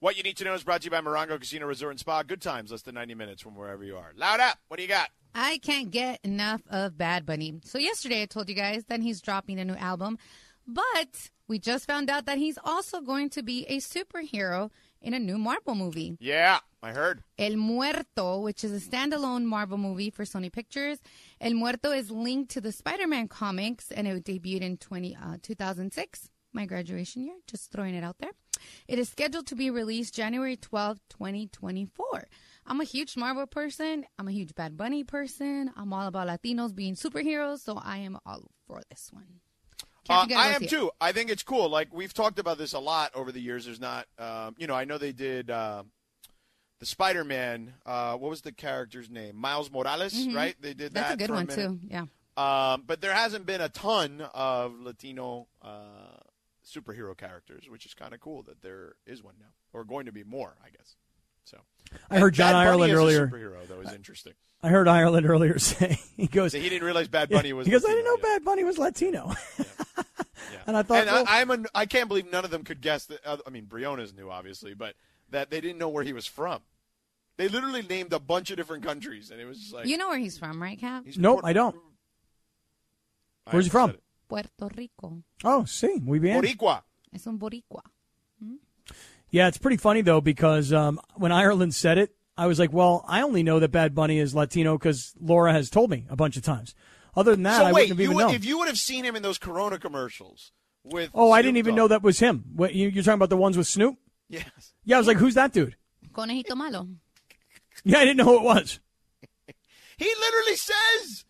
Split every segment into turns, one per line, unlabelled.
What you need to know is brought to you by Morongo Casino Resort and Spa. Good times, less than 90 minutes from wherever you are. Loud up. What do you got?
I can't get enough of Bad Bunny. So yesterday I told you guys that he's dropping a new album, but we just found out that he's also going to be a superhero in a new Marvel movie.
Yeah, I heard.
El Muerto, which is a standalone Marvel movie for Sony Pictures. El Muerto is linked to the Spider-Man comics and it debuted in 20, uh, 2006, my graduation year, just throwing it out there. It is scheduled to be released January 12, 2024. I'm a huge Marvel person. I'm a huge Bad Bunny person. I'm all about Latinos being superheroes, so I am all for this one. Can't
Uh,
forget
I
about
am
it.
too. I think it's cool. Like we've talked about this a lot over the years. There's not, um, you know, I know they did uh, the Spider-Man. Uh, what was the character's name? Miles Morales, right? They did
Mm-hmm. That's
that.
a good
for
one,
minute.
too. Yeah.
Um, but there hasn't been a ton of Latino uh, superhero characters, which is kind of cool that there is one now, or going to be more, I guess. So
I heard John
Bad Bunny
Ireland
as a
earlier.
superhero though is interesting.
I heard Ireland earlier say he goes
So he didn't realize Bad Bunny was
because I
Latino
didn't know
yet.
Bad Bunny was Latino,
Yeah.
and I thought
and
well,
I, I'm an, I can't believe none of them could guess that. Uh, I mean, Briona's knew obviously, but that they didn't know where he was from. They literally named a bunch of different countries, and it was just like
You know where he's from, right, Cap?
he's
Nope,
Puerto-
I don't.
I
Where's he from?
said
Puerto Rico.
oh, see, we bien.
it. Boricua.
Es un boricua.
Yeah, it's pretty funny though because um, when Ireland said it, I was like, well, I only know that Bad Bunny is Latino because Laura has told me a bunch of times. Other than that,
so
I
wait,
wouldn't have
you
even
would,
known.
if you would have seen him in those Corona commercials with
oh, I didn't
Snoop
even
Dogg.
know that was him. What, you, you're talking about the ones with Snoop?
Yes.
Yeah, I was like, who's that dude?
Conejito malo.
Yeah, I didn't know who it was.
He literally says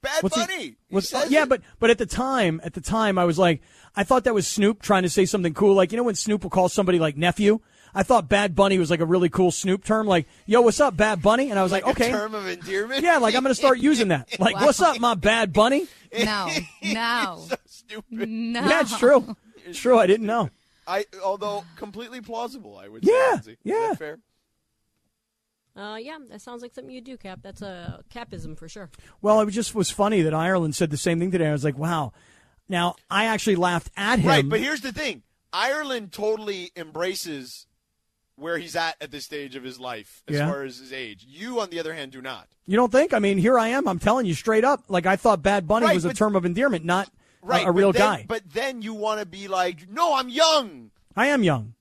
Bad
What's he-
Bunny. He
what's-
says
yeah,
it.
but but at the time, at the time, I was like, I thought that was Snoop trying to say something cool, like you know when Snoop will call somebody like nephew. I thought Bad Bunny was like a really cool Snoop term, like yo, what's up, Bad Bunny? And I was like,
Like a
okay,
term of endearment.
yeah, like I'm gonna start using that. Like,
Wow.
what's up, my Bad Bunny?
No, no,
so stupid.
no.
Yeah, it's true. It's true. I didn't know.
I although completely plausible, I would say.
Yeah,
Lindsay. Is
yeah.
that fair?
Uh, yeah, that sounds like something you do, Cap. That's a capism for sure.
Well, it was just was funny that Ireland said the same thing today. I was like, wow. Now I actually laughed at him.
Right, but here's the thing: Ireland totally embraces where he's at at this stage of his life, as
Yeah.
far as his age. You, on the other hand, do not.
you don't think? I mean, here I am. I'm telling you straight up. Like I thought Bad Bunny
Right,
was a
but-
term of endearment, not a-
Right,
a, real
but then,
guy.
But then you want to be like, no, I'm young.
I am young.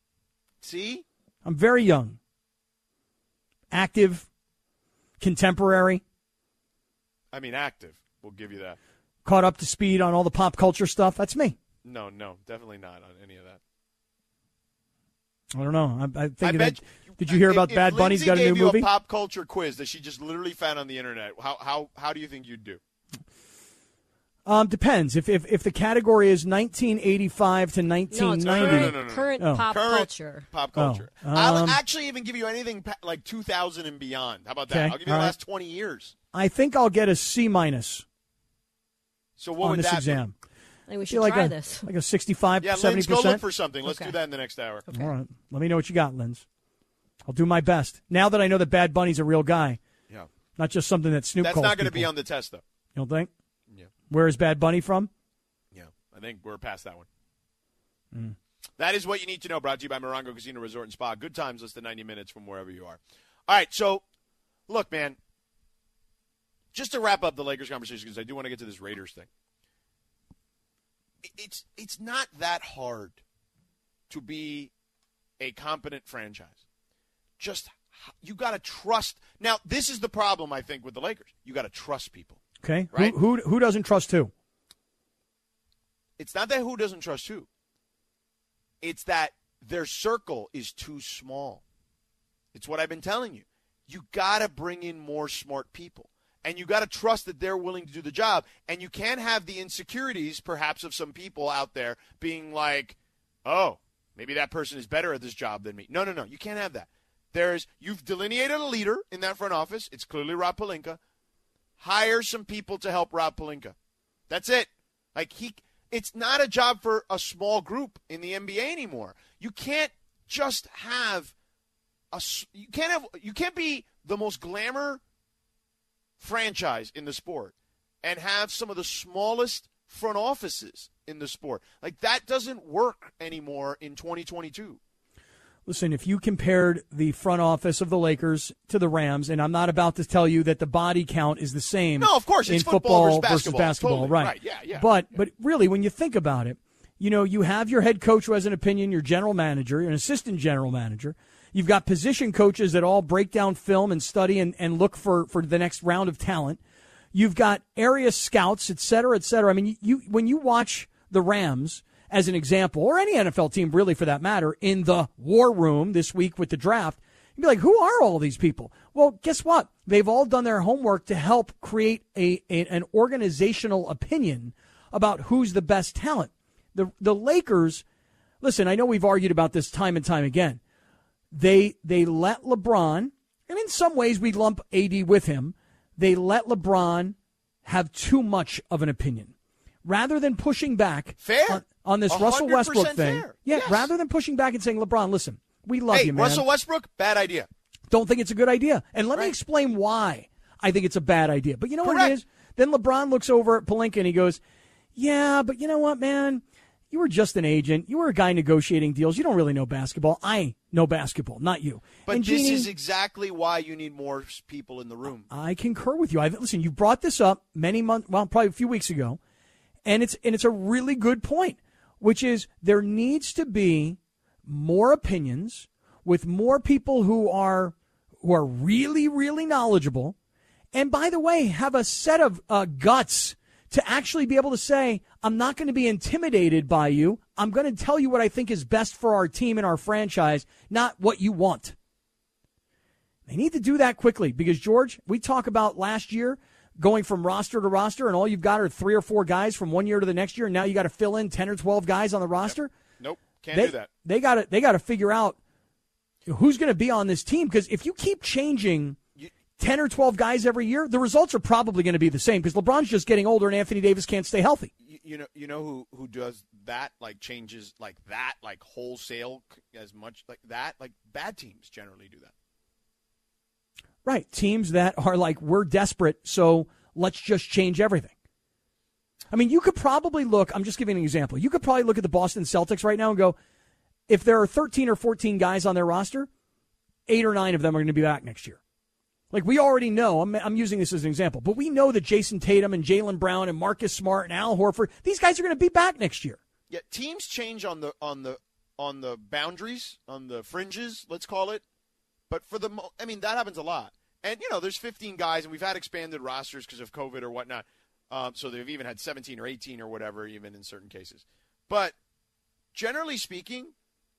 See,
I'm very young. Active, contemporary,
I mean, active. We'll give you that.
caught up to speed on all the pop culture stuff. That's me.
No, no, definitely not on any of that.
I don't know. I, I think
I
that-
bet.
Did you hear
if-
about
if
Bad Bunny's
Lindsay
got a
gave
new movie?
You a pop culture quiz that she just literally found on the internet. How how how do you think you'd do?
Um, depends. If, if if the category is 1985 to
No, it's
1990.
No, no,
current,
no, no, no.
current
Oh.
pop
Current
culture.
Pop culture.
Oh, um,
I'll actually even give you anything pa- like 2000 and beyond. How about that?
Okay,
I'll give you the
all right.
last 20 years.
I think I'll get a C minus
So what
on
would
this
that be?
exam.
I think we
I
should
feel like
try
a,
this.
Like a 65,
Yeah,
70
Linz, go look
percent.
for something. Let's
Okay.
do that in the next hour.
All right. Let me know what you got, Linz. I'll do my best. Now that I know that Bad Bunny's a real guy,
Yeah.
not just something that Snoop
That's
calls
not going to
people.
be on the test, though.
You don't think?
Yeah.
Where is Bad Bunny from?
Yeah. I think we're past that one. That is what you need to know. Brought to you by Morongo Casino Resort and Spa. Good times, less than 90 minutes from wherever you are. All right. So, look, man, just to wrap up the Lakers conversation, because I do want to get to this Raiders thing. I- It's, it's not that hard to be a competent franchise. Just, h- you got to trust. Now, this is the problem, I think, with the Lakers. You got to trust people.
Okay.
Right.
Who, who who doesn't trust who?
It's not that who doesn't trust who. It's that their circle is too small. It's what I've been telling you. You got to bring in more smart people. And you got to trust that they're willing to do the job. And you can't have the insecurities, perhaps, of some people out there being like, oh, maybe that person is better at this job than me. No, no, no. You can't have that. There's you've delineated a leader in that front office. It's clearly Rob Palinka. Hire some people to help Rob Palinka. That's it. Like he it's not a job for a small group in the NBA anymore. You can't just have a s- you can't have you can't be the most glamour franchise in the sport and have some of the smallest front offices in the sport. Like that doesn't work anymore in 2022.
Listen, if you compared the front office of the Lakers to the Rams, and I'm not about to tell you that the body count is the same.
No, of course,
in
it's
football,
football versus
basketball,
basketball. Totally.
right?
Right, yeah, yeah.
But but really, when you think about it, you know, you have your head coach who has an opinion, your general manager, an assistant general manager. You've got position coaches that all break down film and study and, and look for, for the next round of talent. You've got area scouts, et cetera, et cetera. I mean, you when you watch the Rams as an example, or any NFL team really for that matter, in the war room this week with the draft, you'd be like, who are all these people? Well, guess what? They've all done their homework to help create a, a an organizational opinion about who's the best talent. The the Lakers, listen, I know we've argued about this time and time again they they let LeBron, and in some ways we lump AD with him. They let LeBron have too much of an opinion, rather than pushing back
Fair.
on, on this Russell
100%
Westbrook thing.
fair.
Yeah,
Yes.
rather than pushing back and saying, LeBron, listen, we love
Hey,
you, man.
Russell Westbrook, bad idea.
Don't think it's a good idea, and let me
Right.
explain why I think it's a bad idea. But you know what it
Correct.
is? Then LeBron looks over at Palinka and he goes, "Yeah, but you know what, man." You were just an agent. You were a guy negotiating deals. You don't really know basketball. I know basketball, not you.
But
And
this
Jeannie-
is exactly why you need more s- people in the room.
I concur with you. I listen. You brought this up many months, well, probably a few weeks ago, and it's and it's a really good point, which is there needs to be more opinions with more people who are who are really really knowledgeable, and by the way, have a set of uh, guts to actually be able to say, I'm not going to be intimidated by you. I'm going to tell you what I think is best for our team and our franchise, not what you want. They need to do that quickly because George, we talk about last year going from roster to roster, and all you've got are three or four guys from one year to the next year, and now you got to fill in ten or twelve guys on the roster.
Nope, can't
They
do that.
they got to they got to figure out who's going to be on this team because if you keep changing. 10 or 12 guys every year, the results are probably going to be the same because LeBron's just getting older and Anthony Davis can't stay healthy.
You, you know, you know who who does that? Like changes like that, like wholesale c- as much like that. Like bad teams generally do that.
Right. Teams that are like, we're desperate, so let's just change everything. I mean, you could probably look, I'm just giving an example. You could probably look at the Boston Celtics right now and go, if there are 13 or 14 guys on their roster, eight or nine of them are going to be back next year. Like we already know, I'm, I'm using this as an example, but we know that Jason Tatum and Jalen Brown and Marcus Smart and Al Horford, these guys are going to be back next year.
Yeah, teams change on the on the on the boundaries, on the fringes, let's call it. But for the, mo- I mean, that happens a lot. And you know, there's 15 guys, and we've had expanded rosters because of COVID or whatnot. Um, so they've even had 17 or 18 or whatever, even in certain cases. But generally speaking,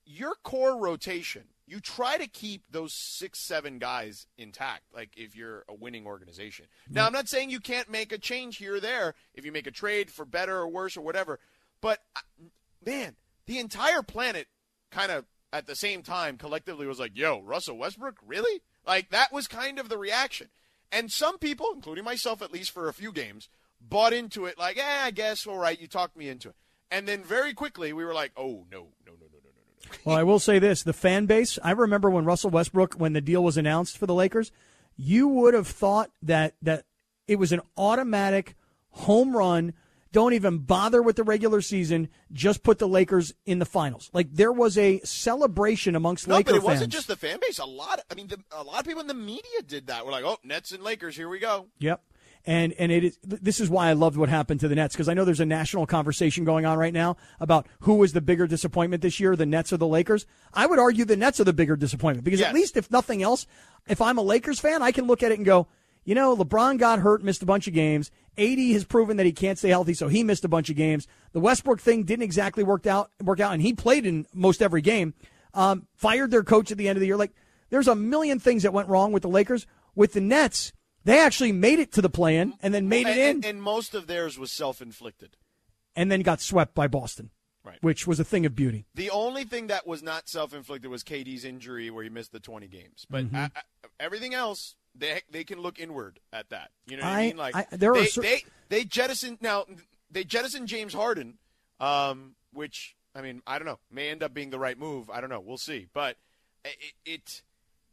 your core rotation, you try to keep those six, seven guys intact, like if you're a winning organization. Now, I'm not saying you can't make a change here or there if you make a trade for better or worse or whatever, but I- man, the entire planet kind of at the same time collectively was like, yo, Russell Westbrook, really? Like that was kind of the reaction. And some people, including myself at least for a few games, bought into it like, eh, I guess, all right, you talked me into it. And then very quickly we were like, oh, no, no, no, no, no, no, no.
Well, I will say this: the fan base. I remember when Russell Westbrook, when the deal was announced for the Lakers, you would have thought that that it was an automatic home run. Don't even bother with the regular season. Just put the Lakers in the finals. Like there was a celebration amongst
No,
Laker
but it
fans.
wasn't just the fan base. A lot, I mean, the, a lot of people in the media did that. We're like, oh, Nets and Lakers, here we go.
Yep. And and it is th- this is why I loved what happened to the Nets because I know there's a national conversation going on right now about who was the bigger disappointment this year, the Nets or the Lakers. I would argue the Nets are the bigger disappointment because at
Yes.
least if nothing else, if I'm a Lakers fan, I can look at it and go, you know, LeBron got hurt, missed a bunch of games. AD has proven that he can't stay healthy, so he missed a bunch of games. The Westbrook thing didn't exactly work out work out, and he played in most every game. Um, fired their coach at the end of the year. Like there's a million things that went wrong with the Lakers. With the Nets, they actually made it to the play-in and then made it
And,
in
and, and most of theirs was self inflicted.
and then got swept by Boston,
Right.
which was a thing of beauty.
The only thing that was not self-inflicted was KD's injury, where he missed the 20 games. But
Mm-hmm.
I, I, everything else, they they can look inward at that. You know what I,
I-
mean? Like
I- there are
they,
cer-
they they jettisoned now they jettisoned James Harden, um, which I mean I don't know may end up being the right move. I don't know. We'll see. But it it,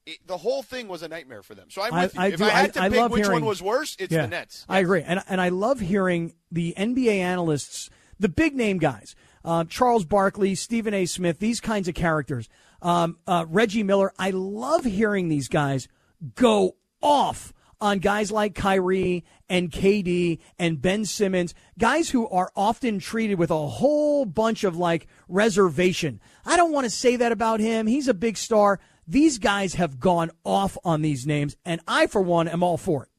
it the whole thing was a nightmare for them. So I'm
I-
with you.
I
if
do-
I
I-
had to
I
pick
love
which
hearing-
one was worse, it's the Nets.
I agree, and and I love hearing the NBA analysts, the big name guys, uh, Charles Barkley, Stephen A. Smith, these kinds of characters. um, uh, Reggie Miller. I love hearing these guys go off on guys like Kyrie and KD and Ben Simmons, guys who are often treated with a whole bunch of like reservation. I don't want to say that about him. He's a big star. These guys have gone off on these names, and I, for one, am all for it.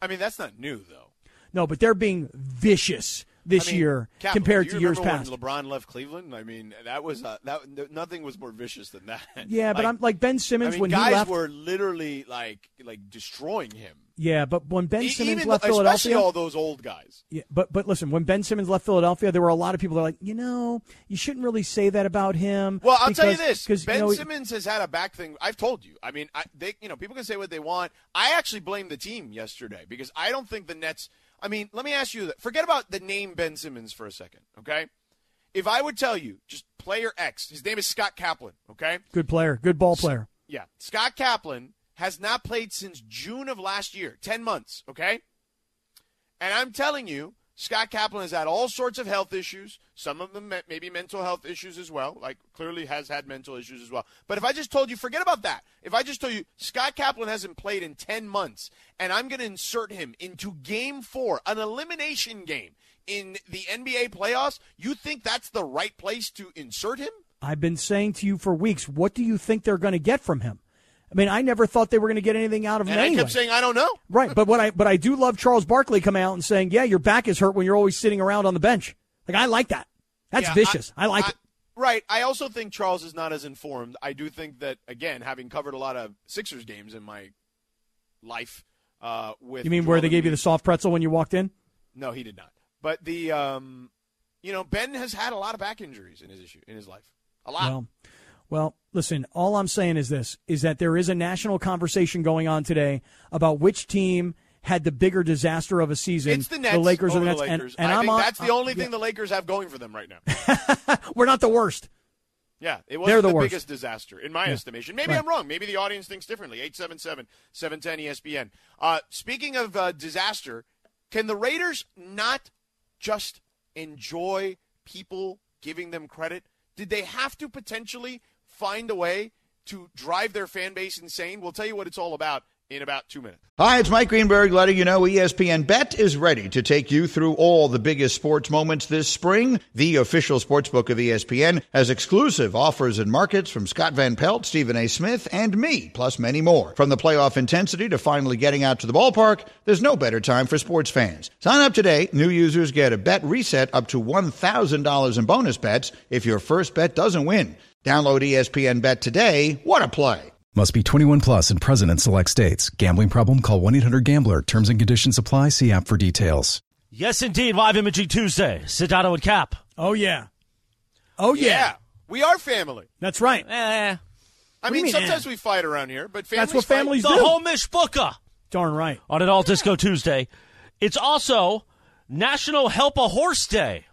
I mean, that's not new though.
No, but they're being vicious this
I mean,
year
Kaplan,
compared
do
to
you
years
remember
past.
When LeBron left Cleveland, I mean, that was uh, that. Nothing was more vicious than that.
yeah, but
Like,
I'm like Ben
I
Simmons
mean,
when
guys
he left.
were literally like like destroying him.
yeah, but when Ben
E-
Simmons
Even
left
though- especially
Philadelphia,
all those old guys.
Yeah, but but listen, when Ben Simmons left Philadelphia, there were a lot of people that were like, you know, you shouldn't really say that about him.
Well, I'll tell you
because-
this:
because, you
Ben
know,
Simmons has had a back thing. I've told you. I mean, I, they you know people can say what they want. I actually blame the team yesterday because I don't think the Nets. I mean, let me ask you that. Forget about the name Ben Simmons for a second, okay? If I would tell you just player X, his name is Scott Kaplan, okay?
good player, good ball player.
Yeah. Scott Kaplan has not played since June of last year, 10 months, okay? And I'm telling you, Scott Kaplan has had all sorts of health issues, some of them me- maybe mental health issues as well, like clearly has had mental issues as well. But if I just told you, forget about that. If I just told you, Scott Kaplan hasn't played in 10 months, and I'm going to insert him into game four, an elimination game in the NBA playoffs, you think that's the right place to insert him?
I've been saying to you for weeks, what do you think they're going to get from him? I mean, I never thought they were going to get anything out of him
And I
anyway.
kept saying, I don't know.
right, but what I but I do love Charles Barkley coming out and saying, yeah, your back is hurt when you're always sitting around on the bench. Like I like that. That's
Yeah,
vicious. I, like it.
Right. I also think Charles is not as informed. I do think that again, having covered a lot of Sixers games in my life, uh, with
You mean where
Joel
they gave you the
Embiid-
soft pretzel when you walked in?
No, he did not. But the um, you know, Ben has had a lot of back injuries in his issue in his life. A lot.
Well, well, listen, all I'm saying is this is that there is a national conversation going on today about which team had the bigger disaster of a season.
it's the Nets,
Lakers or
over
the Nets. and-
Lakers.
And,
I
I'm
think
on-
that's the only
uh,
thing the Lakers have going for them right now.
We're not the worst.
Yeah, it was
They're
the,
the worst.
biggest disaster, in my estimation. Maybe
Right.
I'm wrong. Maybe the audience thinks differently. 877 710 ESPN. Uh, speaking of uh, disaster, can the Raiders not just enjoy people giving them credit? Did they have to potentially find a way to drive their fan base insane? We'll tell you what it's all about in about two minutes.
Hi, it's Mike Greenberg letting you know E ESPN Bet is ready to take you through all the biggest sports moments this spring. The official sportsbook of E ESPN has exclusive offers and markets from Scott Van Pelt, Stephen A. Smith, and me, plus many more. From the playoff intensity to finally getting out to the ballpark, there's no better time for sports fans. Sign up today. New users get a bet reset up to $1,000 in bonus bets if your first bet doesn't win. Download E ESPN Bet today. What a play!
Must be 21 plus and present in select states. Gambling problem? Call 1 800 Gambler. Terms and conditions apply. See app for details.
Yes, indeed. Live Imaging Tuesday. Sedano and Cap.
Oh yeah. Oh yeah.
we are family.
That's right.
Eh.
I
do you
mean,
mean,
sometimes
eh?
we fight around here, but families
That's what
fight.
families
The
do.
Homish Booker
Darn right.
on an All Disco Tuesday. It's also National Help a Horse Day.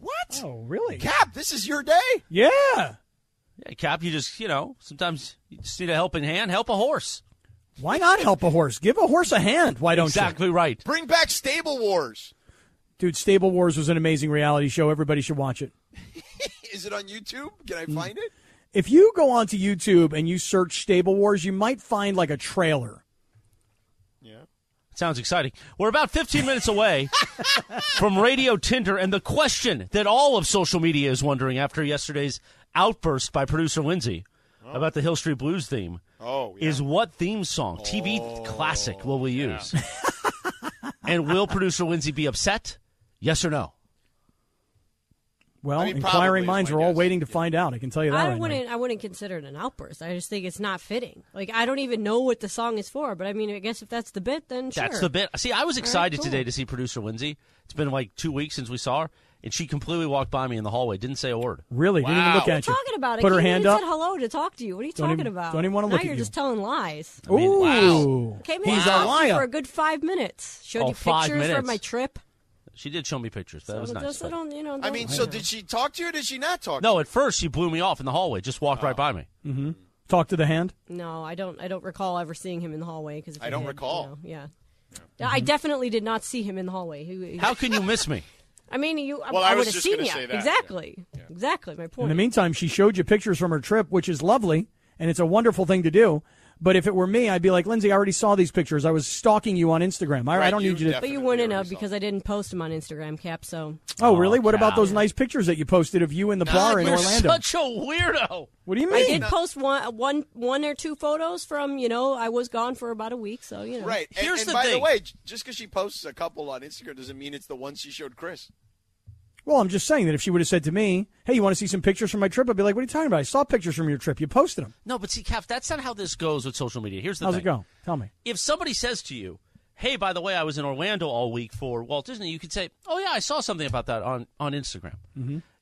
What?
Oh, really?
Cap, this is your day?
Yeah.
Yeah, Cap, you just, you know, sometimes you just need a helping hand. Help a horse.
Why not help a horse? Give a horse a hand. Why don't
Exactly right.
Bring back Stable Wars.
you? Dude, Stable Wars was an amazing reality show. Everybody should watch it.
Is it on YouTube? Can
Mm.
I find it?
If you go onto YouTube and you search Stable Wars, you might find like a trailer.
Sounds exciting. We're about 15 minutes away from Radio Tinder and the question that all of social media is wondering after yesterday's outburst by producer Lindsay about the Hill Street Blues theme.
Oh,
is what theme song, TV classic, will we use? and will producer Lindsay be upset? Yes or no?
Well,
I mean, probably
inquiring
is
minds
my
are all
guess.
waiting to find out. I can tell you that
I
right now.
wouldn't. I wouldn't consider it an outburst. I just think it's not fitting. Like I don't even know what the song is for. But I mean, I guess if that's the bit, then sure.
That's the bit. See, I was
right,
excited
cool.
today to see producer Lindsay. It's been like two weeks since we saw her, and she completely walked by me in the hallway, didn't say a word.
Really? Didn't even
Wow.
look
What
at you.
Talking about it.
Put
I
her
came
hand
in and
up.
said hello to talk to you. What are you
Don't
talking
even-
about?
don't even wanna
Now
look at
you're
you.
just telling lies.
Ooh,
Came in
he's
and
a
talked to you for
liar.
a good five minutes. Showed
Oh,
you
five
pictures
minutes.
from my trip.
She did show me pictures. That was
So
nice.
just- I don't, you know,
I
don't-
mean, so did she talk to you or did she not talk?
No, at first she blew me off in the hallway, just walked right by me.
Talk to the hand.
No, I don't. I don't recall ever seeing him in the hallway. Because
I don't recall.
Mm-hmm.
yeah. I definitely did not see him in the hallway. He, he-
How can you miss me?
I mean, you.
Well, I
I,
was
would have
just
seen
gonna
you.
say that, yeah.
Exactly. Exactly. My
In
point.
the meantime, she showed you pictures from her trip, which is lovely, and it's a wonderful thing to do. But if it were me, I'd be like, Lindsay, I already saw these pictures. I was stalking you on Instagram. I, I
Right,
don't
you
need you to.
def-
but you
Definitely
wouldn't
already
know
saw
because I didn't post them on Instagram, Cap. So
oh, really? What about
cow.
those nice pictures that you posted of you in the bar in
You're
Orlando?
such a weirdo.
What do you
I
mean?
uh,
did post one, one, one or two photos from you know I was gone for about a week. So you know.
Right. And-
Here's
and
the
by the
thing.
way, j- just because she posts a couple on Instagram doesn't mean it's the one she showed Chris.
Well, I'm just saying that if she would have said to me, "Hey, you want to see some pictures from my trip?" I'd be like, "What are you talking about? I saw pictures from your trip. You posted them.
No, but see, Cap, that's not how this goes with social media. Here's the
How's
thing.
it go? Tell me."
if somebody says to you, "Hey, by the way, I was in Orlando all week for Walt Disney," you could say, "Oh yeah, I saw something about that on on Instagram."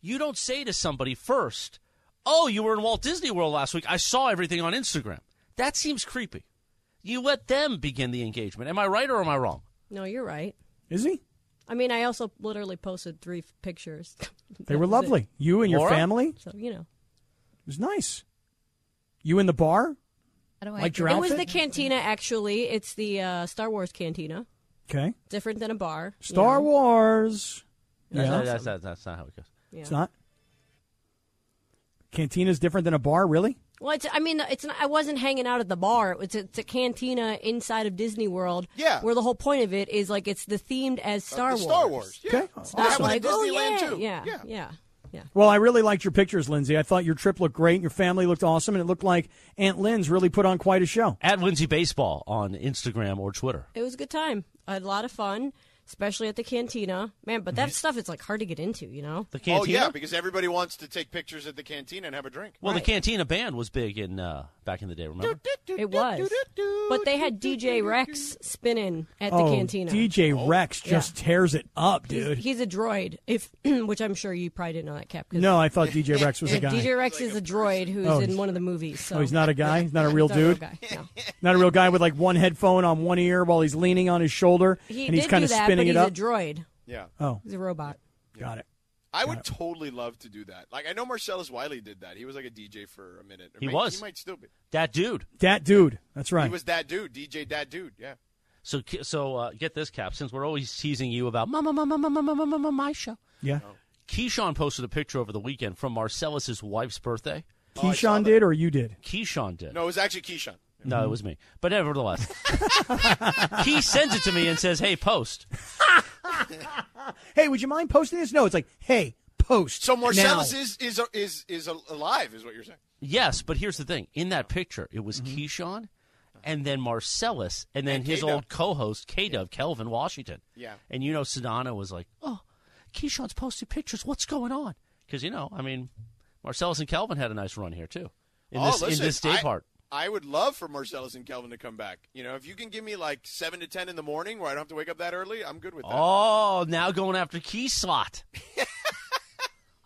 You don't say to somebody first, "Oh, you were in Walt Disney World last week. I saw everything on Instagram." That seems creepy. You let them begin the engagement. Am I right or am I wrong?
No, you're right.
Is he?
I mean, I also literally posted three f- pictures.
They
That
were
was it.
lovely. You and your
Laura?
family. It
So you know,
was nice. You in the bar.
How do I
Like
do
your
that?
it was
outfit?
the cantina. Actually, it's the uh, Star Wars cantina.
Okay.
Different than a bar. you
Star
know.
Wars.
That's,
Yeah.
not, that's, not, that's not how it goes.
Yeah.
It's not. Cantina's different than a bar, really?
Well, it's, I mean, it's not, I wasn't hanging out at the bar. It was- it's a cantina inside of Disney World.
Yeah.
Where the whole point of it is like it's the themed as Star
The
Wars.
Star Wars. Yeah.
Okay.
It's
Not
That was
like,
at
oh,
Disneyland
yeah,
too.
Yeah.
Yeah.
Yeah. yeah.
Well, I really liked your pictures, Lindsay. I thought your trip looked great and your family looked awesome, and it looked like Aunt Lynn's really put on quite a show.
At Lindsay Baseball on Instagram or Twitter.
It was a good time. I had a lot of fun, especially at the cantina. Man, but
Mm-hmm.
that stuff is like hard to get into, you know?
The cantina.
Oh yeah, because everybody wants to take pictures at the cantina and have a drink.
well, the cantina band was big in uh, back in the day. Remember?
It was. But they had DJ Rex spinning at the
oh,
cantina.
DJ Rex just tears it up,
He's-
dude.
He's a droid, if which I'm sure you probably didn't know that, Cap. 'cause
No, I thought DJ Rex was a guy.
DJ Rex is a droid who's
Oh,
in
he's-
one of the movies. So.
oh, he's not a guy. He's not a real
He's not a real
dude.
guy, no.
Not a real guy with like one headphone on one ear while he's leaning on his shoulder
He
and he's
did
kind
do
of
that,
spinning
but
it up.
he's a droid.
Yeah.
oh,
He's a robot.
got it.
I would totally love to do that. Like I know Marcellus Wiley did that. He was like a DJ for a minute. Or
He
may-
was.
He might still be.
That dude.
That dude. That's
He
right.
was that dude, DJ that dude. Yeah.
So, ki- so uh, get this, Cap. Since we're always teasing you about mama, mama, mama, mama, mama, my show.
yeah.
Oh,
Keyshawn posted a picture over the weekend from Marcellus's wife's birthday.
oh,
Keyshawn did or you did?
Keyshawn did.
No, it was actually Keyshawn.
No, it was me. But nevertheless, he sends it to me and says, "Hey, post."
Hey, would you mind posting this? No, it's like, hey, post.
So
now.
Marcellus is is is is al- alive, is what you're saying.
Yes, but here's the thing: in that picture, it was Keyshawn, and then Marcellus, and then
Mm-hmm. And
his
K-Dub.
old co-host K Dove Kelvin Washington.
Yeah.
And you know, Sedona was like, "Oh, Keyshawn's posting pictures. What's going on?" Because you know, I mean, Marcellus and Kelvin had a nice run here too in
oh,
this
listen,
in this day
I,
part.
I would love for Marcellus and Kelvin to come back. You know, if you can give me like seven to ten in the morning where I don't have to wake up that early, I'm good with that.
Oh, now going after key slot.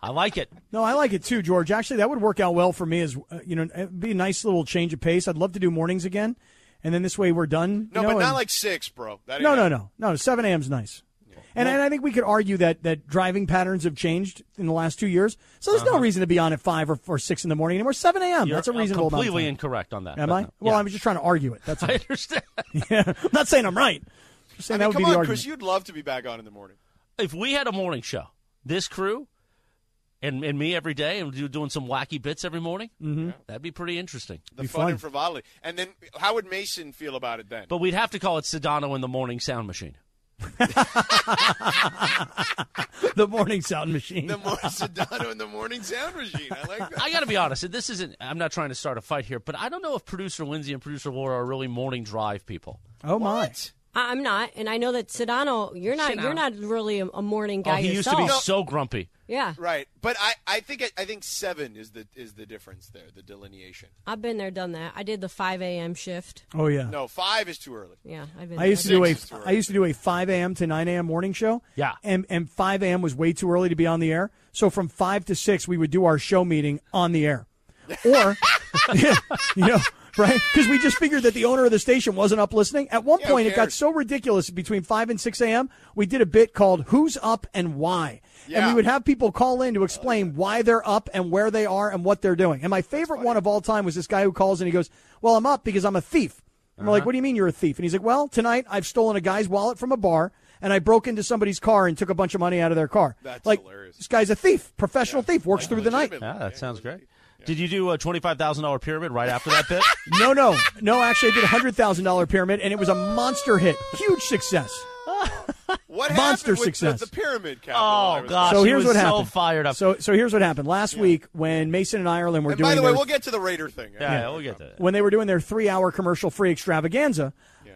I like it.
No, I like it too, George. Actually, that would work out well for me as uh, you know, it'd be a nice little change of pace. I'd love to do mornings again, and then this way we're done.
no,
you know,
but not
and-
like six, bro. That ain't
no, no,
happening.
no, no. Seven a.m. is nice, and and I think we could argue that that driving patterns have changed in the last two years. So there's no reason to be on at five or, or six in the morning anymore. Seven a.m.
You're
That's a reasonable amount of
completely
time.
incorrect on that.
Am
but
I?
no.
Well,
Yeah.
I'm just trying to argue it. That's all.
I understand.
yeah. I'm not saying I'm right. I'm just
I mean,
saying that would
come
be the
on,
argument.
Chris, you'd love to be back on in the morning.
if we had a morning show, this crew and and me every day, and do, doing some wacky bits every morning, mm-hmm. that'd be pretty interesting.
The
Be
fun,
fun.
and frivolity. And then how would Mason feel about it then?
But we'd have to call it Sedano in the morning sound machine.
the morning sound machine.
the more Sedano in the morning sound regime. I like that.
I got to be honest. This isn't. I'm not trying to start a fight here, but I don't know if producer Lindsay and producer Laura are really morning drive people.
oh my.
I- I'm not, and I know that Sedano, you're not,
Sedano.
you're not really a, a morning
Oh,
guy
he used to
yourself.
be so grumpy.
yeah,
Right, but I, I think I think seven is the is the difference there, the delineation.
I've been there, done that. I did the 5 a.m. shift.
Oh yeah.
No, five is too early.
Yeah, I've been.
I
there.
used to do a
Six is too early.
I used to do a 5 a.m. to 9 a.m. morning show.
Yeah.
and and 5 a.m. was way too early to be on the air. So from five to six, we would do our show meeting on the air, or you know, right? Because we just figured that the owner of the station wasn't up listening. At one
Yeah, who
point, it got
cares?
so ridiculous between five and 6 a.m. We did a bit called "Who's Up and Why." And we
Yeah.
would have people call in to explain why they're up and where they are and what they're doing. And my favorite one of all time was this guy who calls and he goes, Well,
Uh-huh.
I'm up because I'm a thief. And we're like, What do you mean you're a thief? And he's like, Well, tonight I've stolen a guy's wallet from a bar and I broke into somebody's car and took a bunch of money out of their car.
That's
like,
hilarious.
This guy's a thief, professional thief, works through the night.
Yeah, that sounds great. Did you do a twenty-five thousand dollar pyramid right after that bit?
No, no, no. Actually, I did a hundred thousand dollar pyramid, and it was a monster hit, huge success.
What
Monster
happened with
success.
The, the pyramid capital?
Oh
and everything?
gosh,
So
he
here's
was
what
so
happened.
fired up.
So, so here's what happened last week when Mason and Ireland were
And
doing.
by the way,
their-
we'll get to the Raider thing.
yeah, we'll get to that.
when they were doing their three hour commercial free extravaganza,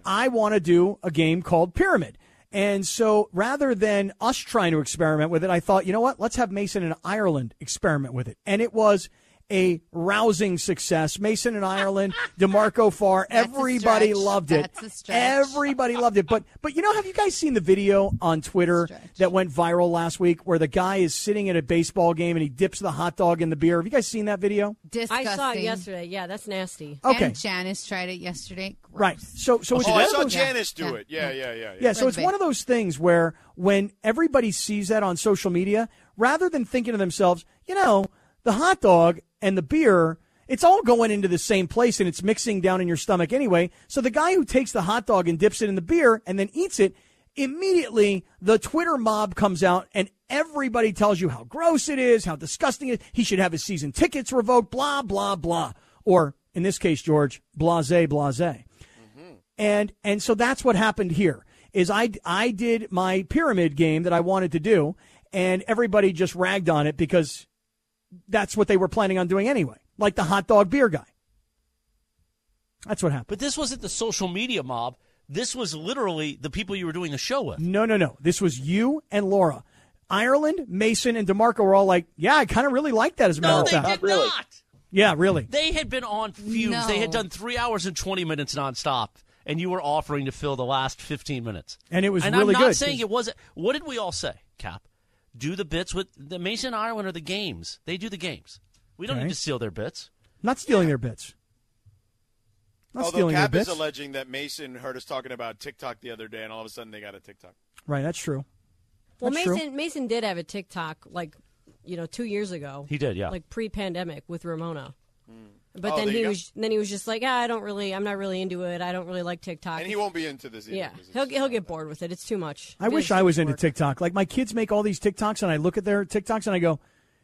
I want to do a game called Pyramid. And so rather than us trying to experiment with it, I thought, you know what? Let's have Mason and Ireland experiment with it. And it was a rousing success. Mason and Ireland, DeMarco Farr,
That's a
everybody
stretch.
loved it.
That's a stretch.
Everybody loved it. But but you know, have you guys seen the video on Twitter
Stretch.
that went viral last week where the guy is sitting at a baseball game and he dips the hot dog in the beer? Have you guys seen that video?
Disgusting.
I saw it yesterday. Yeah, that's nasty.
Okay.
And Janice tried it yesterday. Gross.
Right. So so it's
Oh,
one
I
of
saw
those-
Janice do
Yeah.
it. Yeah, yeah, yeah. Yeah.
Yeah, so
Red
it's
Bay.
one of those things where when everybody sees that on social media, rather than thinking to themselves, you know, the hot dog and the beer, it's all going into the same place and it's mixing down in your stomach anyway. So the guy who takes the hot dog and dips it in the beer and then eats it, immediately the Twitter mob comes out and everybody tells you how gross it is, how disgusting it is. He should have his season tickets revoked, blah, blah, blah. Or in this case, George, blase, blase and and so that's what happened here is i i did my pyramid game that i wanted to do and everybody just ragged on it because that's what they were planning on doing anyway like the hot dog beer guy that's what happened
But this wasn't the social media mob. This was literally the people you were doing the show with.
no no no this was you and laura ireland mason and demarco were all like yeah i kind of really like that as a matter
No,
of
they
fact
did not.
yeah really
They had been on fumes.
No.
They had done three hours and twenty minutes nonstop, and you were offering to fill the last fifteen minutes.
And it was
and
really
I'm not
good,
saying
'cause-
it wasn't. What did we all say, Cap? Do the bits with the Mason Ireland are the games. They do the games. We don't
Okay.
need to steal their bits.
not stealing their bits not
Although
stealing
Cap
their
is
bits
alleging that Mason heard us talking about TikTok the other day, and all of a sudden they got a TikTok.
right that's true
Well,
That's
Mason
true.
Mason did have a TikTok like, you know, two years ago.
He did, yeah.
like pre-pandemic with Ramona. But
Oh,
then
there you
he
go.
was then he was just like, ah, I don't really, I'm not really into it. I don't really like TikTok.
And he won't be into this either.
yeah,
'cause it's
he'll
just
he'll
not
get
that.
bored with it. It's too much.
I
It
wish
is
I
too
was
much
into
work.
TikTok. Like my kids make all these TikToks, and I look at their TikToks and I go,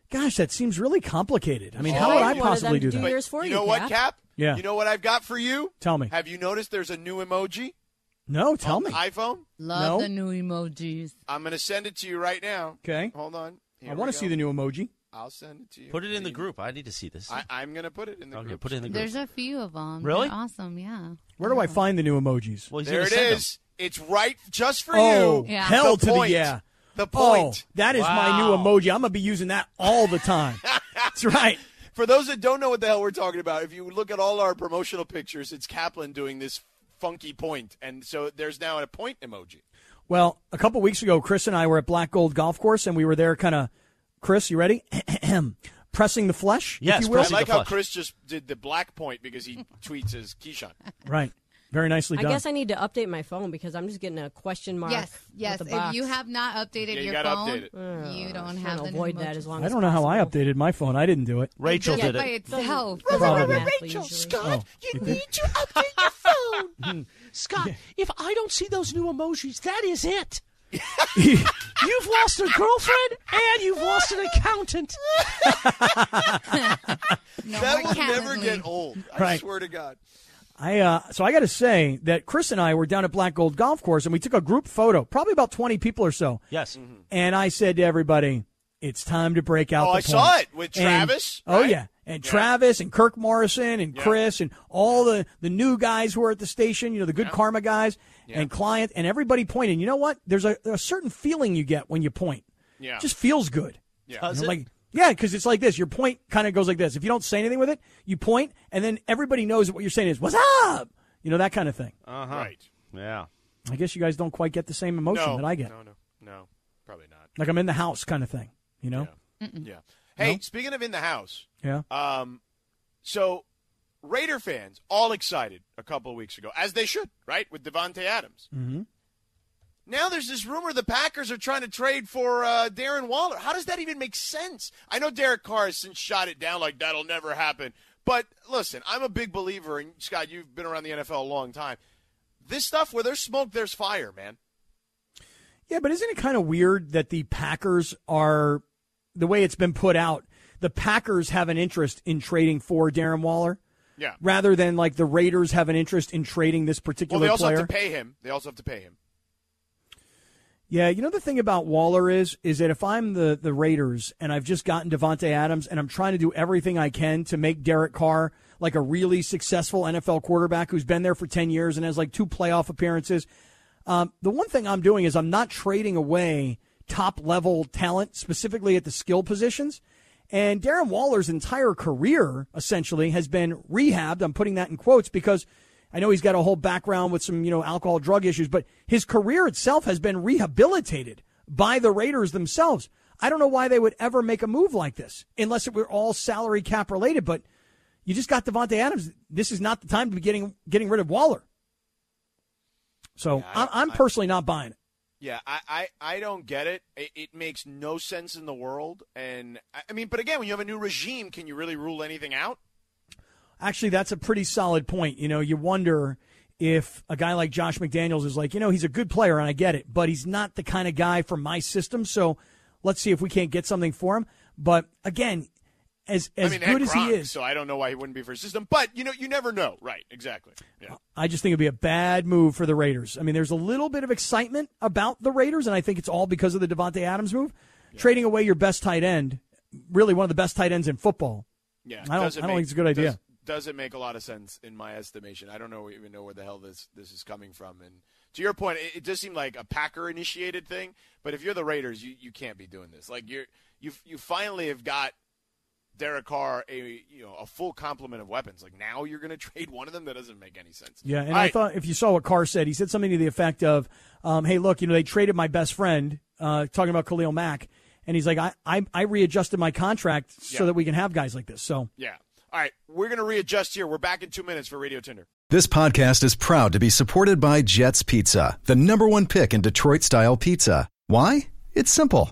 "Gosh, that seems really complicated." I mean, how
Oh, I
would I
wanted
possibly
them
do
to do
that?
your- Here's for
you
you,
know what,
Cap.
Cap?
Yeah.
You know what I've got for you?
Tell me.
Have you noticed there's a new emoji?
No, tell
on
me.
The iPhone?
Love
No.
the new emojis.
I'm going to send it to you right now.
Okay.
Hold on.
I want to see the new emoji.
I'll send it to you.
Put it in the group. I need to see this.
I, I'm going to put it in the
okay,
group.
put it in the group.
There's a few of them.
Really?
awesome. Yeah.
Where do I find the new emojis?
Well, he's
there
gonna
it
send them.
is. It's right just for
Oh,
you.
Yeah.
hell
The
to
point.
the yeah.
The
Oh,
point.
that is my new
Wow.
emoji. I'm gonna be using that all the time. That's right.
For those that don't know what the hell we're talking about, if you look at all our promotional pictures, it's Kaplan doing this funky point, and so there's now a point emoji.
Well, a couple weeks ago, Chris and I were at Black Gold Golf Course, and we were there, kind of. Chris, you ready? pressing the flesh.
Yes,
if you will.
I
Pressing
like
the
how
flush.
Chris just did the black point because he tweets as Keyshawn.
right. Very nicely
I
done.
guess I need to update my phone because I'm just getting a question mark.
Yes.
with
Yes.
the
If
box.
you have not updated
Yeah, you
your
gotta
phone,
update it.
you don't
I'm trying
have
to
the new
avoid that
emojis.
as long
I
as
don't know how I
possible.
updated my phone. I didn't do it.
Rachel
Just
did
by
it.
itself.
Probably.
Rachel,
Oh,
to update your phone. Scott, if I don't see those new emojis, that is it. you've lost a girlfriend and you've lost an accountant.
No
that
more
will never
Calendly.
get old. I
Right.
swear to God.
I uh, so I got to say that Chris and I were down at Black Gold Golf Course and we took a group photo, probably about twenty people or so.
Yes.
And I said to everybody, "It's time to break out."
Oh,
the
I saw
points."
it with
And-
Travis,
Oh
right?
yeah, and Travis and Kirk Morrison and Chris and all the the new guys who are at the station. You know, the good karma guys and client and everybody pointing. You know what? There's a, a certain feeling you get when you point.
Yeah.
just feels good.
Yeah.
Does
You know,
it?
like yeah, because it's like this. Your point kind of goes like this. If you don't say anything with it, you point, and then everybody knows what you're saying is "What's up?" You know that kind of thing.
Right.
Yeah.
I guess you guys don't quite get the same emotion
No,
that I get.
no, no, no, probably not.
Like I'm in the house kind of thing. You know?
Yeah. Hey, speaking of in the house,
Yeah.
um, so Raider fans all excited a couple of weeks ago, as they should, right? With Devonte Adams. Mm-hmm. Now there's this rumor the Packers are trying to trade for uh, Darren Waller. How does that even make sense? I know Derek Carr has since shot it down like that'll never happen. But listen, I'm a big believer, and Scott, you've been around the NFL a long time. This stuff where there's smoke, there's fire, man.
Yeah, but isn't it kind of weird that the Packers are the way it's been put out? The Packers have an interest in trading for Darren Waller.
Yeah.
Rather than like the Raiders have an interest in trading this
Well,
particular
they also
player.
have to pay him. They also have to pay him.
Yeah, you know the thing about Waller is is that if I'm the the Raiders and I've just gotten Devonte Adams and I'm trying to do everything I can to make Derek Carr like a really successful NFL quarterback who's been there for 10 years and has like two playoff appearances, um, the one thing I'm doing is I'm not trading away top level talent specifically at the skill positions. And Darren Waller's entire career essentially has been rehabbed. I'm putting that in quotes because I know he's got a whole background with some, you know, alcohol drug issues, but his career itself has been rehabilitated by the Raiders themselves. I don't know why they would ever make a move like this unless it were all salary cap related, but you just got Devontae Adams. This is not the time to be getting getting rid of Waller. So
Yeah, I-
I'm, I'm
I-
personally not buying it.
Yeah, I, I, I don't get it. it. It makes no sense in the world. And I I mean, but again, when you have a new regime, can you really rule anything out?
Actually, that's a pretty solid point. You know, you wonder if a guy like Josh McDaniels is like, you know, he's a good player and I get it, but he's not the kind of guy for my system. So let's see if we can't get something for him. But again, as as
I mean, they had
good as
Gronk,
he is,
so I don't know why he wouldn't be for his system. But you know, you never know, right? Exactly. Yeah.
I just think it'd be a bad move for the Raiders. I mean, there's a little bit of excitement about the Raiders, and I think it's all because of the Devontae Adams move, trading away your best tight end, really one of the best tight ends in football.
Yeah,
I don't-
doesn't
I don't think it's a good idea.
Does, not make a lot of sense in my estimation. I don't know even know where the hell this this is coming from. And to your point, it, it does seem like a Packer initiated thing. But if you're the Raiders, you, you can't be doing this. Like you're you you finally have got Derek Carr a you know a full complement of weapons. Like now you're going to trade one of them. That doesn't make any sense.
Yeah, and
All
I
right.
thought if you saw what Carr said, he said something to the effect of, um, "Hey, look, you know they traded my best friend, uh, talking about Khalil Mack, and he's like, I I, I readjusted my contract so
Yeah.
that we can have guys like this." So
yeah. All right, we're going to readjust here. We're back in two minutes for Radio Tinder.
This podcast is proud to be supported by Jets Pizza, the number one pick in Detroit style pizza. Why? It's simple.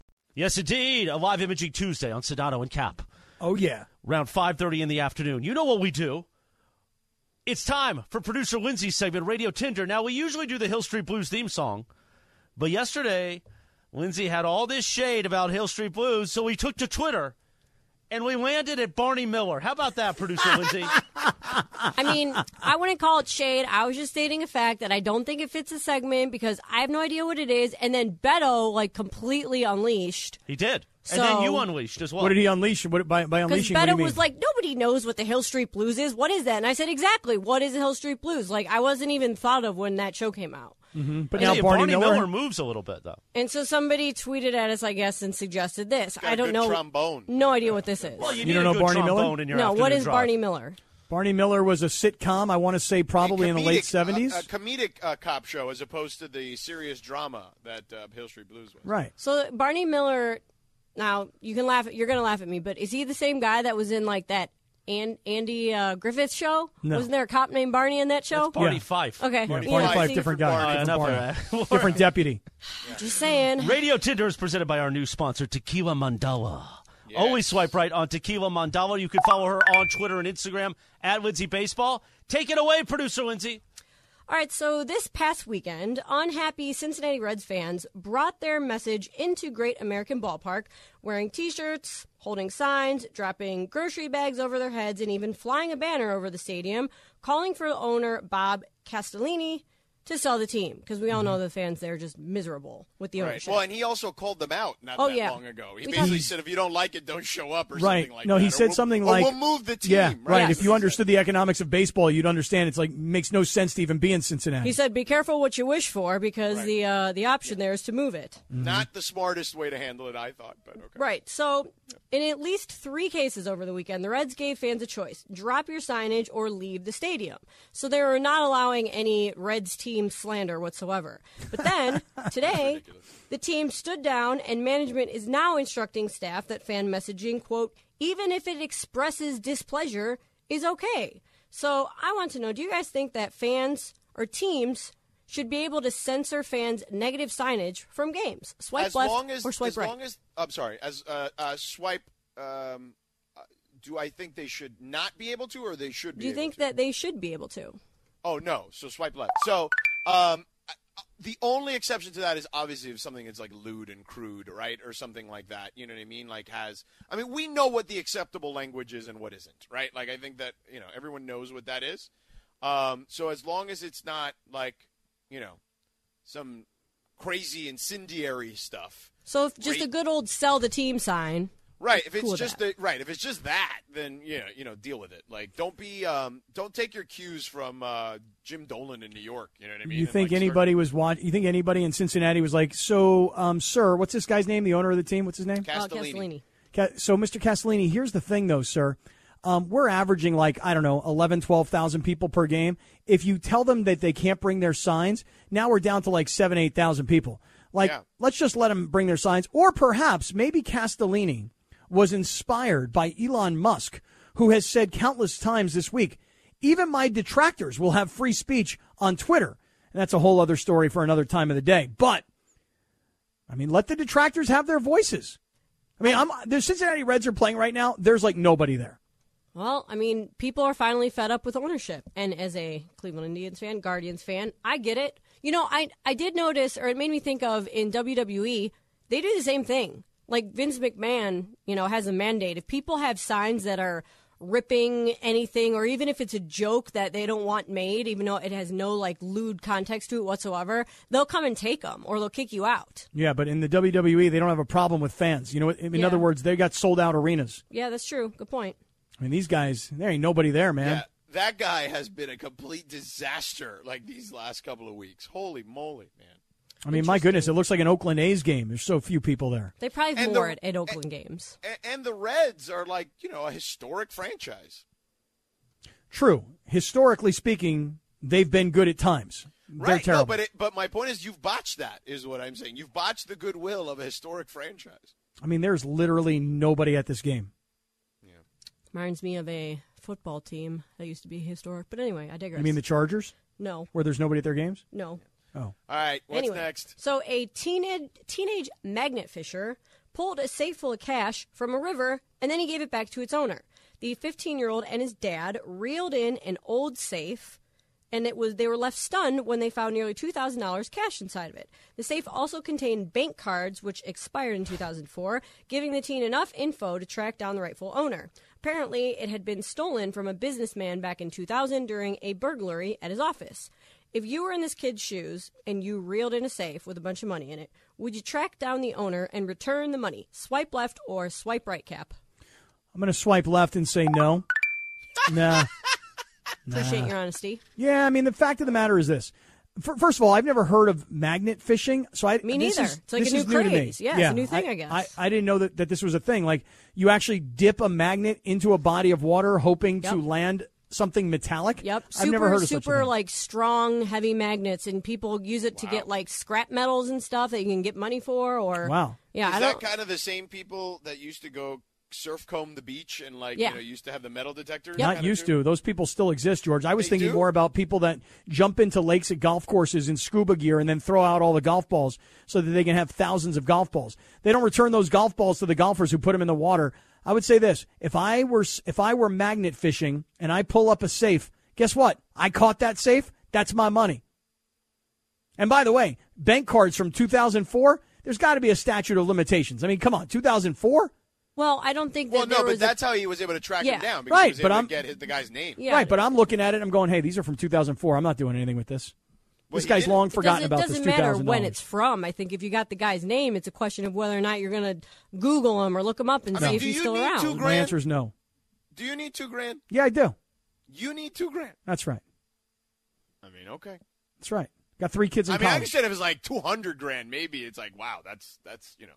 Yes, indeed. A live imaging Tuesday on Sedano and Cap.
oh yeah,
around 5.30 in the afternoon. You know what we do. It's time for producer Lindsay's segment, Radio Tinder. Now, we usually do the Hill Street Blues theme song, but yesterday, Lindsay had all this shade about Hill Street Blues, so we took to Twitter, and we landed at Barney Miller. How about that, producer Lindsay?
I mean, I wouldn't call it shade. I was just stating a fact that I don't think it fits the segment because I have no idea what it is. And then Beto like completely unleashed
He did. and then
So-
you unleashed as well.
what did he unleash? What by by
because
unleashing? What do you
Beto
mean?
was like, nobody knows what the Hill Street Blues is. What is that? And I said exactly, what is the Hill Street Blues? Like I wasn't even thought of when that show came out.
but
Yeah,
now Barney, Miller.
moves a little bit, though.
And so somebody tweeted at us, I guess, and suggested this.
Got a
I don't
good
know.
trombone.
No idea what this is.
Well, you,
You
need
don't
a
know
good
Barney Miller?
trombone In your
no, what
afternoon
is
drive.
Barney Miller?
Barney Miller was a sitcom. I want to say probably in the late
Comedic, uh,
seventies.
A, comedic uh, cop show as opposed to the serious drama that uh, Hill Street Blues was.
right.
So Barney Miller. Now you can laugh. You're gonna laugh at me, but is he the same guy that was in like that and Andy uh, Griffith show?
No.
Wasn't there a cop named Barney in that show?
That's Barney
Yeah.
Fife. Uh,
Okay.
Yeah,
Barney
Barney
Fife,
Fife,
different
different guy,
Barney.
different,
Enough of
Barney.
that.
different deputy.
Just saying.
Radio Tinder is presented by our new sponsor, Tequila Mandala. Always swipe right on Tequila Mandala. You can follow her on Twitter and Instagram at Lindsay Baseball. Take it away, producer Lindsay.
All right, so this past weekend, unhappy Cincinnati Reds fans brought their message into Great American Ballpark wearing t shirts, holding signs, dropping grocery bags over their heads, and even flying a banner over the stadium, calling for owner Bob Castellini to sell the team. Because we all know the fans there are just miserable with the
Mm-hmm. Right.
ownership.
Well, and he also called them out not
Oh,
that
yeah.
long ago. He
We
basically
talked-
said, "If you don't like it, don't show up," or
Right.
something like
no,
that.
he
Or
said
we'll-
something
or
like,
"We'll move the team."
Yeah, right.
right.
Yes.
If you understood the economics of baseball, you'd understand it's like makes no sense to even be in Cincinnati.
he said, "Be careful what you wish for, because
Right.
the uh, the option there is to move it."
Not the smartest way to handle it, I thought, but okay.
Right. So, in at least three cases over the weekend, the Reds gave fans a choice drop your signage or leave the stadium. So, they were not allowing any Reds t team slander whatsoever. But then, today, the team stood down, and management is now instructing staff that fan messaging, quote, even if it expresses displeasure, is okay. So I want to know do you guys think that fans or teams should be able to censor fans' negative signage from games? Swipe
as
left
long as
or swipe
as
right?
long as I'm sorry, as uh, uh, swipe. Um, uh, do I think they should not be able to, or they should? Be
do you
able
think
to?
that they should be able to?
Oh no! So swipe left. So um, I- the only exception to that is obviously if something is like lewd and crude, right, or something like that. You know what I mean? Like has. I mean, we know what the acceptable language is and what isn't, right? Like I think that you know everyone knows what that is. Um, so as long as it's not like you know some crazy incendiary stuff,
So if just a
Right.
good old sell the team sign.
Right. If it's
cool with
just the, right, if it's just that, then yeah, you know, deal with it. Like, don't be, um, don't take your cues from uh, Jim Dolan in New York. You know what I mean?
You
And,
think
like, start-
anybody was watch? You think anybody in Cincinnati was like, so, um, sir, what's this guy's name? The owner of the team, what's his name?
Oh,
Castellini.
Castellini.
Ca- So, Mr. Castellini, here's the thing, though, sir. Um, we're averaging like, I don't know, 11, 12,000 people per game. If you tell them that they can't bring their signs, now we're down to like seven, 8,000 people. Like,
Yeah.
let's just let them bring their signs. Or perhaps maybe Castellini was inspired by Elon Musk, who has said countless times this week, even my detractors will have free speech on Twitter. And that's a whole other story for another time of the day. But, I mean, let the detractors have their voices. I mean, I'm the Cincinnati Reds are playing right now. There's like nobody there.
Well, I mean, people are finally fed up with ownership. And as a Cleveland Indians fan, Guardians fan, I get it. You know, I I did notice or it made me think of in WWE, they do the same thing. Like Vince McMahon, you know, has a mandate. If people have signs that are ripping anything or even if it's a joke that they don't want made, even though it has no like lewd context to it whatsoever, they'll come and take them or they'll kick you out.
Yeah, but in the WWE, they don't have a problem with fans. You know, in
Yeah.
other words, they got sold out arenas.
Yeah, that's true. Good point.
I mean, these guys, there ain't nobody there, man.
Yeah, that guy has been a complete disaster. Like these last couple of weeks. Holy moly, man!
I mean, my goodness, it looks like an Oakland A's game. There's so few people there.
They probably
And
more
the-
it at Oakland games.
And, and the Reds are like, you know, a historic franchise.
True, historically speaking, they've been good at times. They're
Right.
terrible.
No, but it, but my point is, you've botched that. Is what I'm saying. You've botched the goodwill of a historic franchise.
I mean, there's literally nobody at this game.
Reminds me of a football team that used to be historic. But anyway, I digress.
I mean, the Chargers,
no,
where there's nobody at their games.
no.
Oh,
All right. What's
anyway,
next?
so a teenage teenage magnet fisher pulled a safe full of cash from a river and then he gave it back to its owner. The 15-year-old and his dad reeled in an old safe. And it was they were left stunned when they found nearly two thousand dollars cash inside of it. The safe also contained bank cards, which expired in two thousand four, giving the teen enough info to track down the rightful owner. Apparently, it had been stolen from a businessman back in two thousand during a burglary at his office. If you were in this kid's shoes and you reeled in a safe with a bunch of money in it, would you track down the owner and return the money? Swipe left or swipe right, Cap?
I'm gonna swipe left and say no. nah.
Appreciate your honesty.
Yeah, I mean, the fact of the matter is this. Fir- First of all, I've never heard of magnet fishing, so I
Me
this
neither.
is-
It's like a
this
new
is new
craze.
To me.
Yeah, it's a new thing, I guess.
I, I didn't know that, that this was a thing. Like you actually dip a magnet into a body of water, hoping to
Yep.
land something metallic.
Yep.
I've never heard of
super
such a thing.
like strong heavy magnets and people use it to get like scrap metals and stuff that you can get money for or
Wow.
Yeah,
Is
I
that
don't
kind of the same people that used to go surf comb the beach and like
Yeah.
you know used to have the metal detectors?
Not
kinda
used
too?
to. Those people still exist, George. I was
They
thinking
do?
more about people that jump into lakes at golf courses in scuba gear and then throw out all the golf balls so that they can have thousands of golf balls. They don't return those golf balls to the golfers who put them in the water. I would say this: if I were if I were magnet fishing and I pull up a safe, guess what? I caught that safe. That's my money. And by the way, bank cards from 2004. There's got to be a statute of limitations. I mean, come on, 2004.
Well, I don't think that
Well,
there
no, but
was a-
that's how he was able to track
Yeah.
him down because
Right,
he was
but
able to
I'm-
get his, the guy's name.
yeah.
Right, but I'm looking at it. I'm going, hey, these are from 2004. I'm not doing anything with this.
Well,
this
he
guy's
didn't-
long
It
forgotten
doesn't-
about
It doesn't
this.
matter
$2,000.
when it's from. I think if you got the guy's name, it's a question of whether or not you're going to Google him or look him up and
I
see
mean,
if
do
he's
you
still
need
around.
two
My
grand?
answer is no.
Do you need two grand?
Yeah, I do.
You need two grand.
That's right.
I mean, okay.
That's right. Got three kids in
I mean, I
college.
understand if it's like two hundred grand, maybe it's like wow, that's that's you know,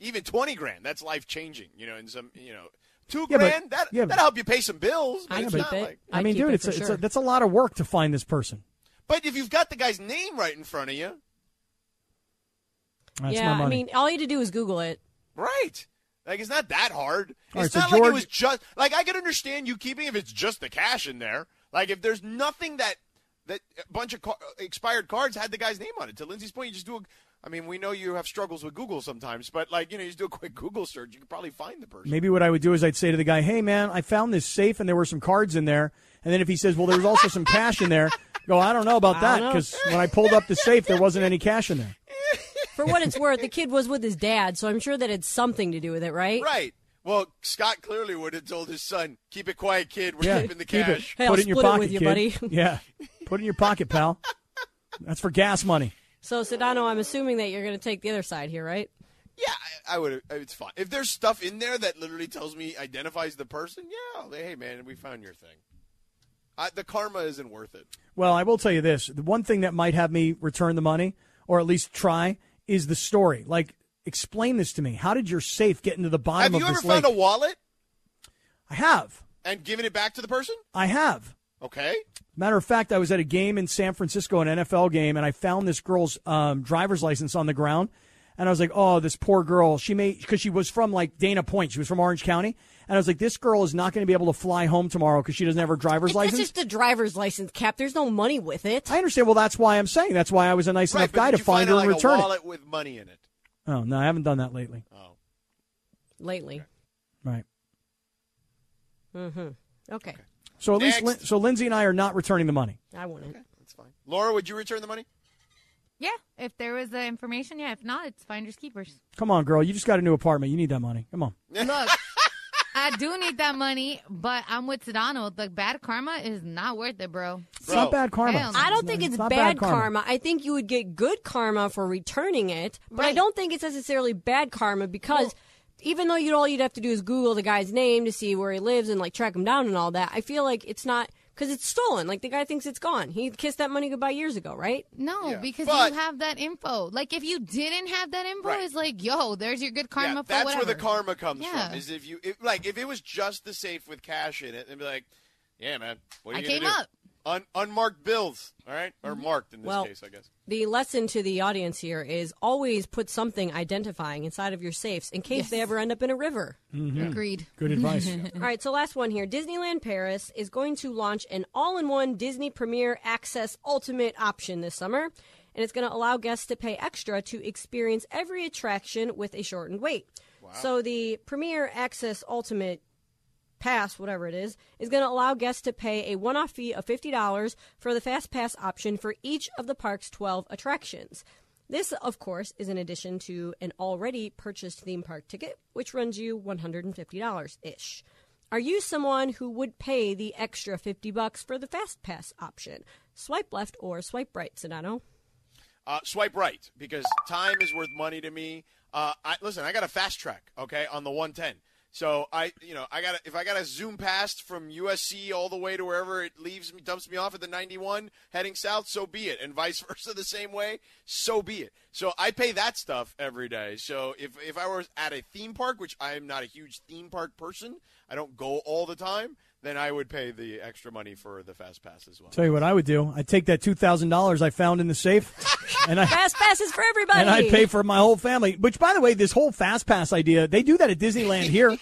even twenty grand, that's life changing. You know, in some you know, two
Yeah, but-
grand that
yeah, but-
that'll help you pay some bills. But
I'd
it's
keep
not
it.
like.
I mean,
I'd keep
dude,
it
it's,
for
a, it's
sure.
a, that's a lot of work to find this person.
But if you've got the guy's name right in front of you,
That's
yeah,
my money.
I mean, all you had to do was Google it.
right? Like it's not that hard.
All right,
it's
so
not like
George-
it was just like I could understand you keeping if it's just the cash in there. Like if there's nothing that that a bunch of car, expired cards had the guy's name on it. To Lindsay's point, you just do a. I mean, we know you have struggles with Google sometimes, but like you know, you just do a quick Google search, you can probably find the person.
Maybe what I would do is I'd say to the guy, "Hey, man, I found this safe, and there were some cards in there." And then if he says, "Well, there was also some cash in there," go, "I don't know about that
know."
because when I pulled up the safe, there wasn't any cash in there."
For what it's worth, the kid was with his dad, so I'm sure that had something to do with it, right?
Right. Well, Scott clearly would have told his son, "Keep it quiet, kid. We're
Yeah,
keeping the
keep
cash."
Hey,
Put
I'll
it in your
split it
pocket,
with you,
kid.
buddy.
yeah, put it in your pocket, pal. That's for gas money.
So, Sedano, I'm assuming that you're going to take the other side here, right?
Yeah, I, I would. uh, It's fine. If there's stuff in there that literally tells me identifies the person, yeah. I'll say, Hey, man, we found your thing. I, the karma isn't worth it.
Well, I will tell you this: the one thing that might have me return the money, or at least try, is the story. Like, explain this to me. How did your safe get into the bottom
have you
of
ever
this
found
lake?
a wallet
I have.
and given it back to the person?
I have.
Okay.
Matter of fact, I was at a game in San Francisco, an NFL game, and I found this girl's um, driver's license on the ground. And I was like, oh, this poor girl. She may, because she was from like Dana Point. She was from Orange County. And I was like, this girl is not going to be able to fly home tomorrow because she doesn't have her driver's
That's
license.
just a driver's license, Cap. There's no money with it.
I understand. Well, that's why I'm saying. That's why I was a nice
right,
enough
but
guy
did
to
you find
her
like
and return
a
it.
wallet with money in it.
Oh, no, I haven't done that lately.
Lately.
Right.
Okay.
So at least,
Next.
Lin- so Lindsay and I are not returning the money.
I wouldn't.
That's fine. Laura, would you return the money?
Yeah, if there was the information, yeah. If not, it's finders keepers.
Come on, girl. You just got a new apartment. You need that money. Come on.
Look, I do need that money, but I'm with Sedano. The bad karma is not worth it, bro.
It's not bad karma.
Hell no.
I don't think it's,
not
bad, karma. I think you would get good karma for returning it, but I
Right.
don't think it's necessarily bad karma because even though you'd all you'd have to do is Google the guy's name to see where he lives and like track him down and all that, I feel like it's not because it's stolen. Like the guy thinks it's gone. He kissed that money goodbye years ago, right?
No,
Yeah.
because
But-
you have that info. Like if you didn't have that info,
Right.
it's like, yo, there's your good karma
yeah,
for
that's
whatever.
where the karma comes
Yeah.
from. Is if you if, like if it was just the safe with cash in it, and be like, yeah, man, what are
I
you
came
gonna do?
up.
Un- unmarked bills, all right, or marked in this
Well-
case, I guess.
The lesson to the audience here is always put something identifying inside of your safes in case they ever end up in a river.
Agreed.
Mm-hmm. Good advice.
All right, so last one here. Disneyland Paris is going to launch an all in one Disney Premier Access Ultimate option this summer, and it's going to allow guests to pay extra to experience every attraction with a shortened wait. So the Premier Access Ultimate pass, whatever it is, is going to allow guests to pay a one off fee of $50 for the Fast Pass option for each of the park's 12 attractions. This, of course, is in addition to an already purchased theme park ticket, which runs you $150 ish. Are you someone who would pay the extra 50 bucks for the Fast Pass option? Swipe left or swipe right, Sedano.
Uh, swipe right because time is worth money to me. Uh, I, listen, I got a fast track, okay, on the 110. So I, you know, I got if I got to zoom past from USC all the way to wherever it leaves me, dumps me off at the 91 heading south, so be it, and vice versa the same way, so be it. So I pay that stuff every day. So if if I was at a theme park, which I am not a huge theme park person, I don't go all the time, then I would pay the extra money for the fast pass as well.
Tell you what I would do. I'd take that two thousand dollars I found in the safe, and I
Fast passes for everybody.
and I pay for my whole family. Which, by the way, this whole fast pass idea they do that at Disneyland here.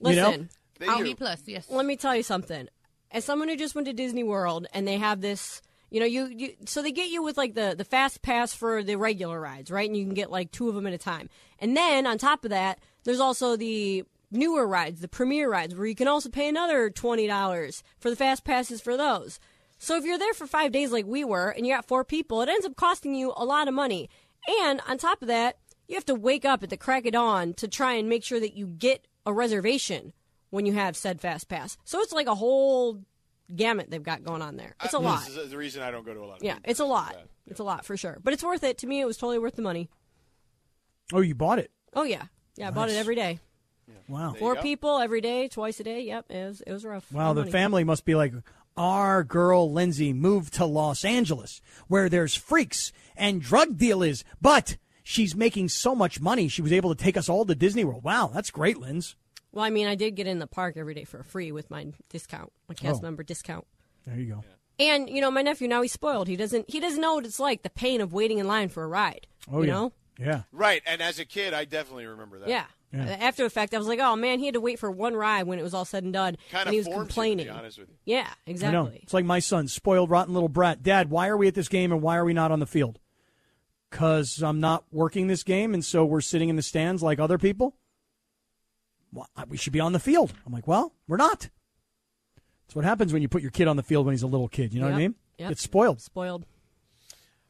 Listen,
know?
They
I'll
do.
be plus. Yes.
let me tell you something. As someone who just went to Disney World and they have this, you know, you, you so they get you with like the the fast pass for the regular rides, right? And you can get like two of them at a time. And then on top of that, there's also the newer rides, the premier rides, where you can also pay another twenty dollars for the fast passes for those. So if you're there for five days like we were, and you're at four people, it ends up costing you a lot of money. And on top of that, you have to wake up at the crack of dawn to try and make sure that you get a reservation when you have said fast pass. So it's like a whole gamut they've got going on there. It's a
I-
lot.
This is the reason I don't go to a lot. Of
Yeah,
theme
it's a
parks is
lot.
that.
It's a lot for sure. But it's worth it. To me, it was totally worth the money.
Oh, you bought it?
Oh, yeah. Yeah, I bought it every day.
Wow,
Four people every day, twice a day. Yep, it was, it was rough.
wow. The
Money.
family must be like, our girl Lindsay moved to Los Angeles where there's freaks and drug dealers, but she's making so much money she was able to take us all to Disney World. Wow, that's great, Linz. Oh.
Well, I mean, I did get in the park every day for free with my discount, my cast member discount.
There you go.
And you know, my nephew now he's spoiled. He doesn't he doesn't know what it's like the pain of waiting in line for a ride.
Oh,
you
yeah.
know?
Yeah.
Right, and as a kid, I definitely remember that.
Yeah. After the fact, I was like, "Oh man, he had to wait for one ride when it was all said and done,
Kind
and
of
he was
forms you,
complaining."
to be honest with you.
yeah,
I know.
exactly.
It's like my son, spoiled, rotten little brat. Dad, why are we at this game and why are we not on the field? Because I'm not working this game, and so we're sitting in the stands like other people. Well, I- we should be on the field. I'm like, well, we're not. That's what happens when you put your kid on the field when he's a little kid. You know what I
Yep,
mean?
yep.
It's spoiled.
Spoiled.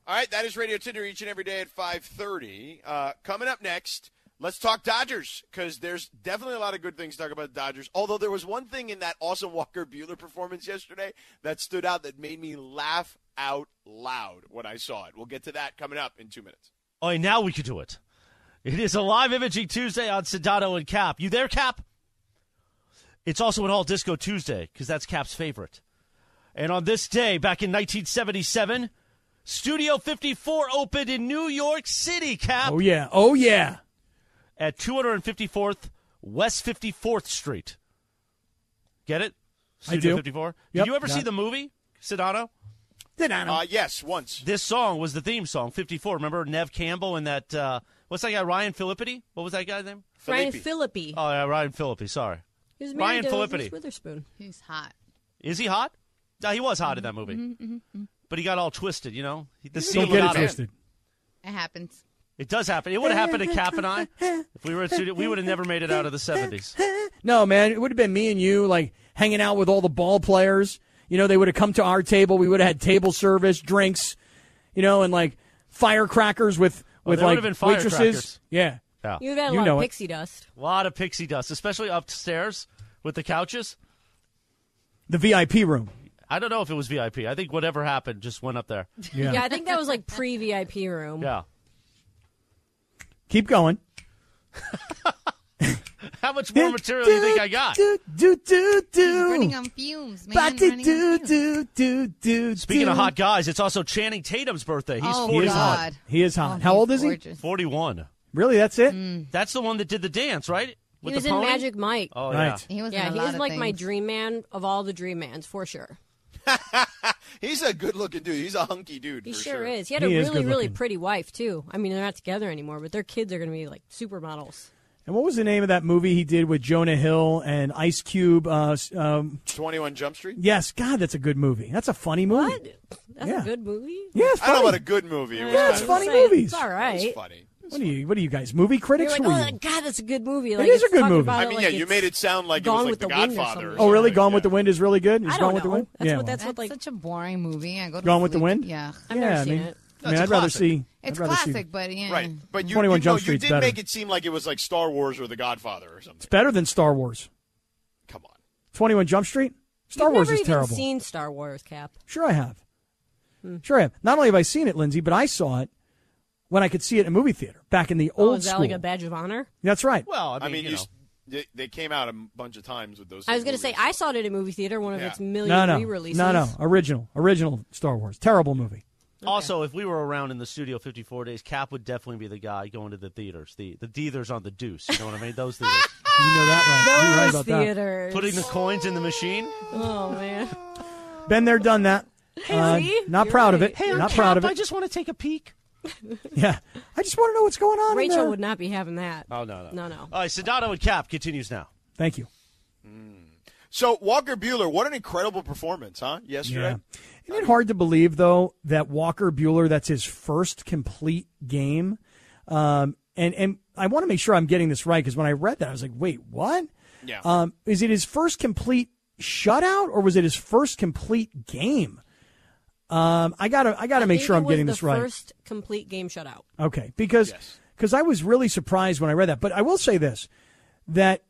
All right, that is Radio Tinder each and every day at 5.30. Uh, coming up next, let's talk Dodgers because there's definitely a lot of good things to talk about the Dodgers. Although there was one thing in that awesome Walker Bueller performance yesterday that stood out that made me laugh out loud when I saw it. We'll get to that coming up in two minutes.
Oh, and now we can do it. It is a live imaging Tuesday on Sedato and Cap. You there, Cap? It's also an all disco Tuesday because that's Cap's favorite. And on this day, back in 1977, Studio 54 opened in New York City, Cap,
Oh, yeah. Oh, yeah.
at 254th West 54th Street. Get it?
I
Studio
do.
54.
Yep,
Did you ever
got
see
it.
the movie, Sedano?
Um,
Uh, yes, once.
This song was the theme song, 54. Remember Nev Campbell and that, uh, what's that guy, Ryan Filippidi? What was that guy's name?
Ryan
Filippi.
Philippi.
Oh, yeah, Ryan Philippi. Sorry.
he was
Ryan
married to
Philippi.
Reese Witherspoon.
He's hot.
Is he hot? No, he was hot in that movie. But he got all twisted, you know? He- The
Don't
scene
get it
without him.
twisted.
It happens.
It does happen. It would have happened to Cap and I. If we were in studio, we would have never made it out of the 70s.
No, man, it would have been me and you, like hanging out with all the ball players. You know, they would have come to our table. We would have had table service, drinks, you know, and like firecrackers with with
Oh, there would
like
have been
waitresses.
firecrackers.
Yeah,
Yeah.
You've had a
You
lot
know
of
it.
pixie dust.
A lot of pixie dust, especially upstairs with the couches.
the VIP room.
I don't know if it was VIP. I think whatever happened just went up there.
Yeah,
Yeah, I think that was like pre VIP room.
Yeah.
keep going.
How much more material do you think I got?
Do do do
He's running
do.
on fumes, man.
But do
running on
do
fumes.
do do do.
Speaking
do.
of hot guys, it's also Channing Tatum's birthday. He's
Oh,
he
41.
is hot.
God. Oh,
He is hot. How
he's
old is he?
gorgeous.
41.
Really, that's it.
Mm.
That's the one that did the dance, right?
He
With
was
the
in
pony?
Magic Mike.
Oh, yeah.
Right.
He was in
yeah,
a
he
lot
is
of
like my
things.
dream man of all the dream mans for sure.
He's a good-looking dude. He's a hunky dude
He
for
sure is. He had
He
a
is
really,
good
really
looking.
pretty wife too. I mean, they're not together anymore, but their kids are going to be like supermodels.
And what was the name of that movie he did with Jonah Hill and Ice Cube? Uh, s- um,
21 Jump Street?
yes, God, that's a good movie. That's a funny movie.
What? That's
Yeah.
a good movie.
Yeah,
I don't know
funny.
about a good movie. It was
Yeah,
kind
it's
of-
funny
Saying,
movies.
It's all
it was
right.
funny.
What are you? What are you guys? Movie
You're
critics?
like,
were
oh
you?
God, that's a good movie. Like,
is a
it's
good
talking
movie.
about
I
it
mean,
like
yeah, you
it's
made it sound like it
Gone
was like
with
The
the, Wind or
Godfather. or
something.
oh, really?
something,
Gone with
yeah.
the Wind is really good. Is
I
Gone
don't
with the
know.
Wind?
That's
yeah.
what that's
That's
what like.
such a boring movie. I go to
Gone with the
sleep.
Wind.
Yeah.
I've
yeah,
never
I
seen
mean,
it.
I mean,
It's a
I'd rather
classic.
see.
It's
I'd rather see-
classic, but yeah.
Right, but you,
21
you,
Jump
no, you
Street's
did
better.
make it seem like it was like Star Wars or The Godfather or something.
It's better than Star Wars.
Come on.
Twenty One Jump Street. Star
You've
Wars
never
is
even
terrible.
Seen Hmm. Star Wars, Cap?
Sure, I have. Sure, I have. Not only have I seen it, Lindsay, but I saw it when I could see it in a movie theater back in the
Oh,
old
is that
school.
like a badge of honor?
That's right.
Well, I mean,
I mean,
you
you
know.
s they, they came out a m- bunch of times with those.
I
same
was going to say
movies.
I saw it at a movie theater, one of
Yeah.
its million
no, no,
re-releases.
no, no. Original, original Star Wars. Terrible movie.
Also, if we were around in the studio 54 days, Cap would definitely be the guy going to the theaters. The the theaters on the deuce. You know what I mean? Those theaters.
You know that, right? You're right about that.
Theaters.
Putting the coins in the machine.
Oh man.
Been there, done that. Uh,
see?
not
You're
proud of
right.
it. not proud of it.
just want to take a peek.
yeah, I just want to know what's going on. in
Rachel
there.
would not be having that.
Oh, no, no.
No, no.
All right, Sedato and Cap continues now.
Thank you.
So Walker Bueller, what an incredible performance, huh? Yesterday.
Isn't it hard to believe though that Walker Bueller that's his first complete game? Um, and and I want to make sure I'm getting this right because when I read that I was like, wait, what?
Yeah.
Um, is it his first complete shutout or was it his first complete game? Um, I gotta I gotta make
think
sure
it
I'm
was
getting
the
this right.
First complete game shutout.
Okay, because because I was really surprised when I read that. But I will say this: that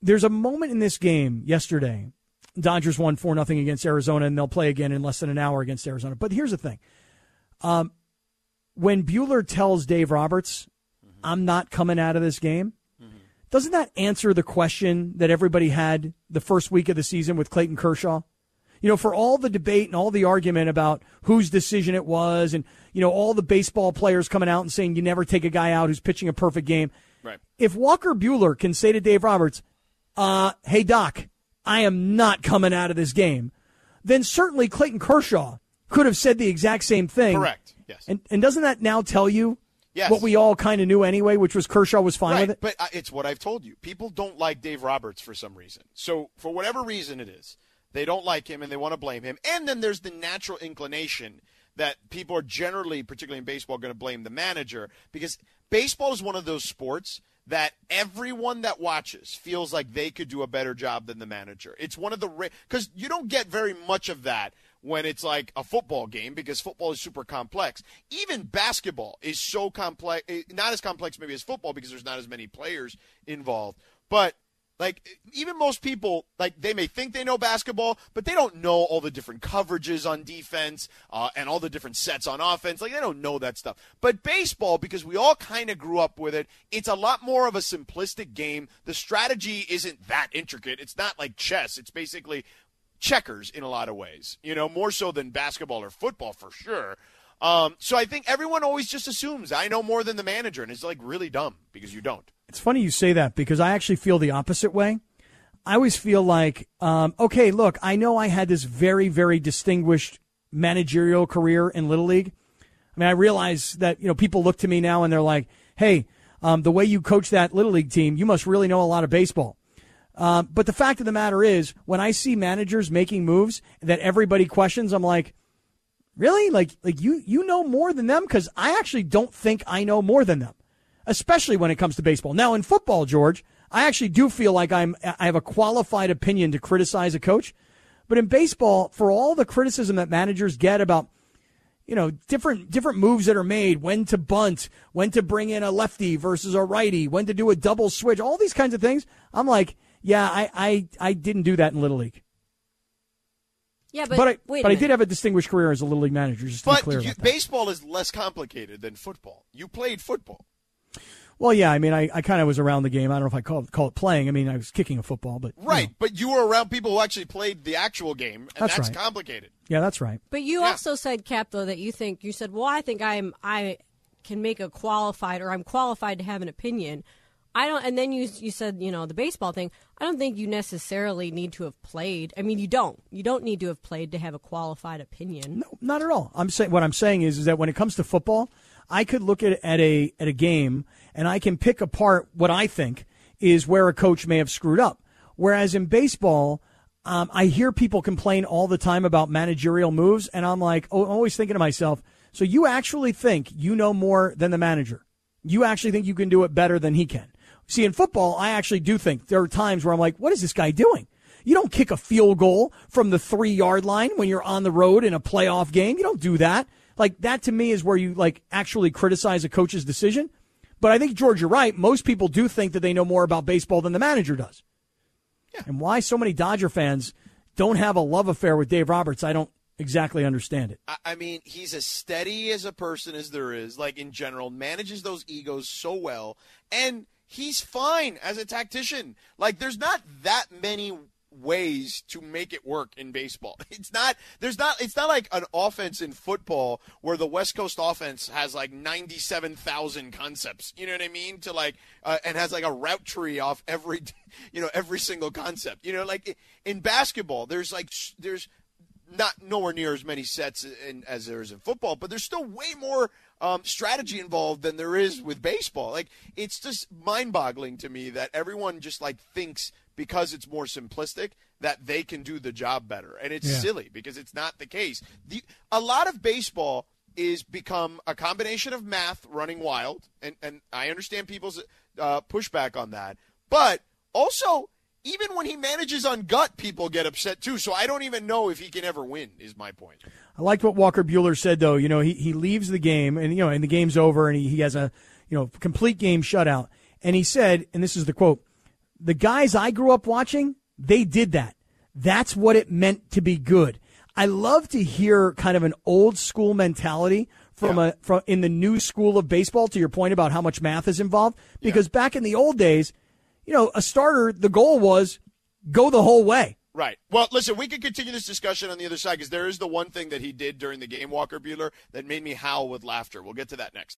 there's a moment in this game yesterday. Dodgers won four nothing against Arizona, and they'll play again in less than an hour against Arizona. But here's the thing: um, when Bueller tells Dave Roberts, "I'm not coming out of this game." Doesn't that answer the question that everybody had the first week of the season with Clayton Kershaw? you know, for all the debate and all the argument about whose decision it was and, you know, all the baseball players coming out and saying you never take a guy out who's pitching a perfect game.
Right.
If Walker Bueller can say to Dave Roberts, uh, hey, Doc, I am not coming out of this game, then certainly Clayton Kershaw could have said the exact same thing.
Correct. Yes.
And and doesn't that now tell you
Yes.
what we all kind of knew anyway, which was Kershaw was fine with
Right,
it?
but uh, it's what I've told you. People don't like Dave Roberts for some reason. So for whatever reason it is, they don't like him and they want to blame him. And then there's the natural inclination that people are generally, particularly in baseball, going to blame the manager because baseball is one of those sports that everyone that watches feels like they could do a better job than the manager. It's one of the because you don't get very much of that when it's like a football game because football is super complex. Even basketball is so complex, eh, not as complex maybe as football because there's not as many players involved. But like eh, even most people, like they may think they know basketball, but they don't know all the different coverages on defense uh, and all the different sets on offense. Like they don't know that stuff. But baseball, because we all kind of grew up with it, it's a lot more of a simplistic game. The strategy isn't that intricate. It's not like chess. It's basically checkers in a lot of ways, you know, more so than basketball or football for sure. Um, so I think everyone always just assumes I know more than the manager, and it's like really dumb because you don't.
It's funny you say that because I actually feel the opposite way. I always feel like, um, okay, look, I know I had this very, very distinguished managerial career in Little League. I mean, I realize that, you know, people look to me now and they're like, hey, um, the way you coach that Little League team, you must really know a lot of baseball. Um, but the fact of the matter is, when I see managers making moves that everybody questions, I'm like, really? Like, like you, you know more than them? Cause I actually don't think I know more than them, especially when it comes to baseball. Now in football, George, I actually do feel like I'm, I have a qualified opinion to criticize a coach. But in baseball, for all the criticism that managers get about, you know, different different moves that are made, when to bunt, when to bring in a lefty versus a righty, when to do a double switch, all these kinds of things. I'm like, yeah, I I, I didn't do that in Little League.
Yeah, but
But, I
wait a
but I
minute.
did have a distinguished career as a Little League manager, just to be
But
clear
you,
about that.
baseball is less complicated than football. You played football.
Well, yeah, I mean I, I kinda was around the game. I don't know if I call it call it playing. I mean I was kicking a football, but you
Right,
know.
but you were around people who actually played the actual game, and
That's
that's,
right.
complicated.
yeah, that's right.
But you
Yeah.
also said, Cap, though, that you think you said, "Well, I think I'm I can make a qualified or I'm qualified to have an opinion." I don't. And then you you said, you know, the baseball thing. I don't think you necessarily need to have played. I mean, you don't. You don't need to have played to have a qualified opinion.
No, not at all. I'm saying what I'm saying is is that when it comes to football, I could look at at a at a game and I can pick apart what I think is where a coach may have screwed up. Whereas in baseball, um, I hear people complain all the time about managerial moves, and I'm like, oh, I'm always thinking to myself, so you actually think you know more than the manager? You actually think you can do it better than he can? See, in football, I actually do think there are times where I'm like, what is this guy doing? You don't kick a field goal from the three yard line when you're on the road in a playoff game. You don't do that. Like that to me is where you like actually criticize a coach's decision. But I think George, you're right. Most people do think that they know more about baseball than the manager does. And why so many Dodger fans don't have a love affair with Dave Roberts, I don't exactly understand it.
I, I mean, he's as steady as a person as there is, like in general, manages those egos so well, and he's fine as a tactician. Like, there's not that many ways to make it work in baseball. It's not there's not it's not like an offense in football where the West Coast offense has like 97,000 concepts. You know what I mean? To like uh, and has like a route tree off every you know every single concept. You know like in basketball there's like s- there's not nowhere near as many sets in, as there is in football, but there's still way more um, strategy involved than there is with baseball. Like it's just mind-boggling to me that everyone just like thinks because it's more simplistic that they can do the job better, and it's silly because it's not the case. The a lot of baseball is become a combination of math running wild, and and I understand people's uh, pushback on that, but also even when he manages on gut, people get upset too. So I don't even know if he can ever win. Is my point.
I liked what Walker Bueller said though. You know, he, he leaves the game and you know, and the game's over and he, he has a you know complete game shutout. And he said, and this is the quote, the guys I grew up watching, they did that. That's what it meant to be good. I love to hear kind of an old school mentality from a from in the new school of baseball to your point about how much math is involved. Because back in the old days, you know, a starter, the goal was go the whole way.
Right. Well, listen, we could continue this discussion on the other side because there is the one thing that he did during the game, Walker Bueller, that made me howl with laughter. We'll get to that next.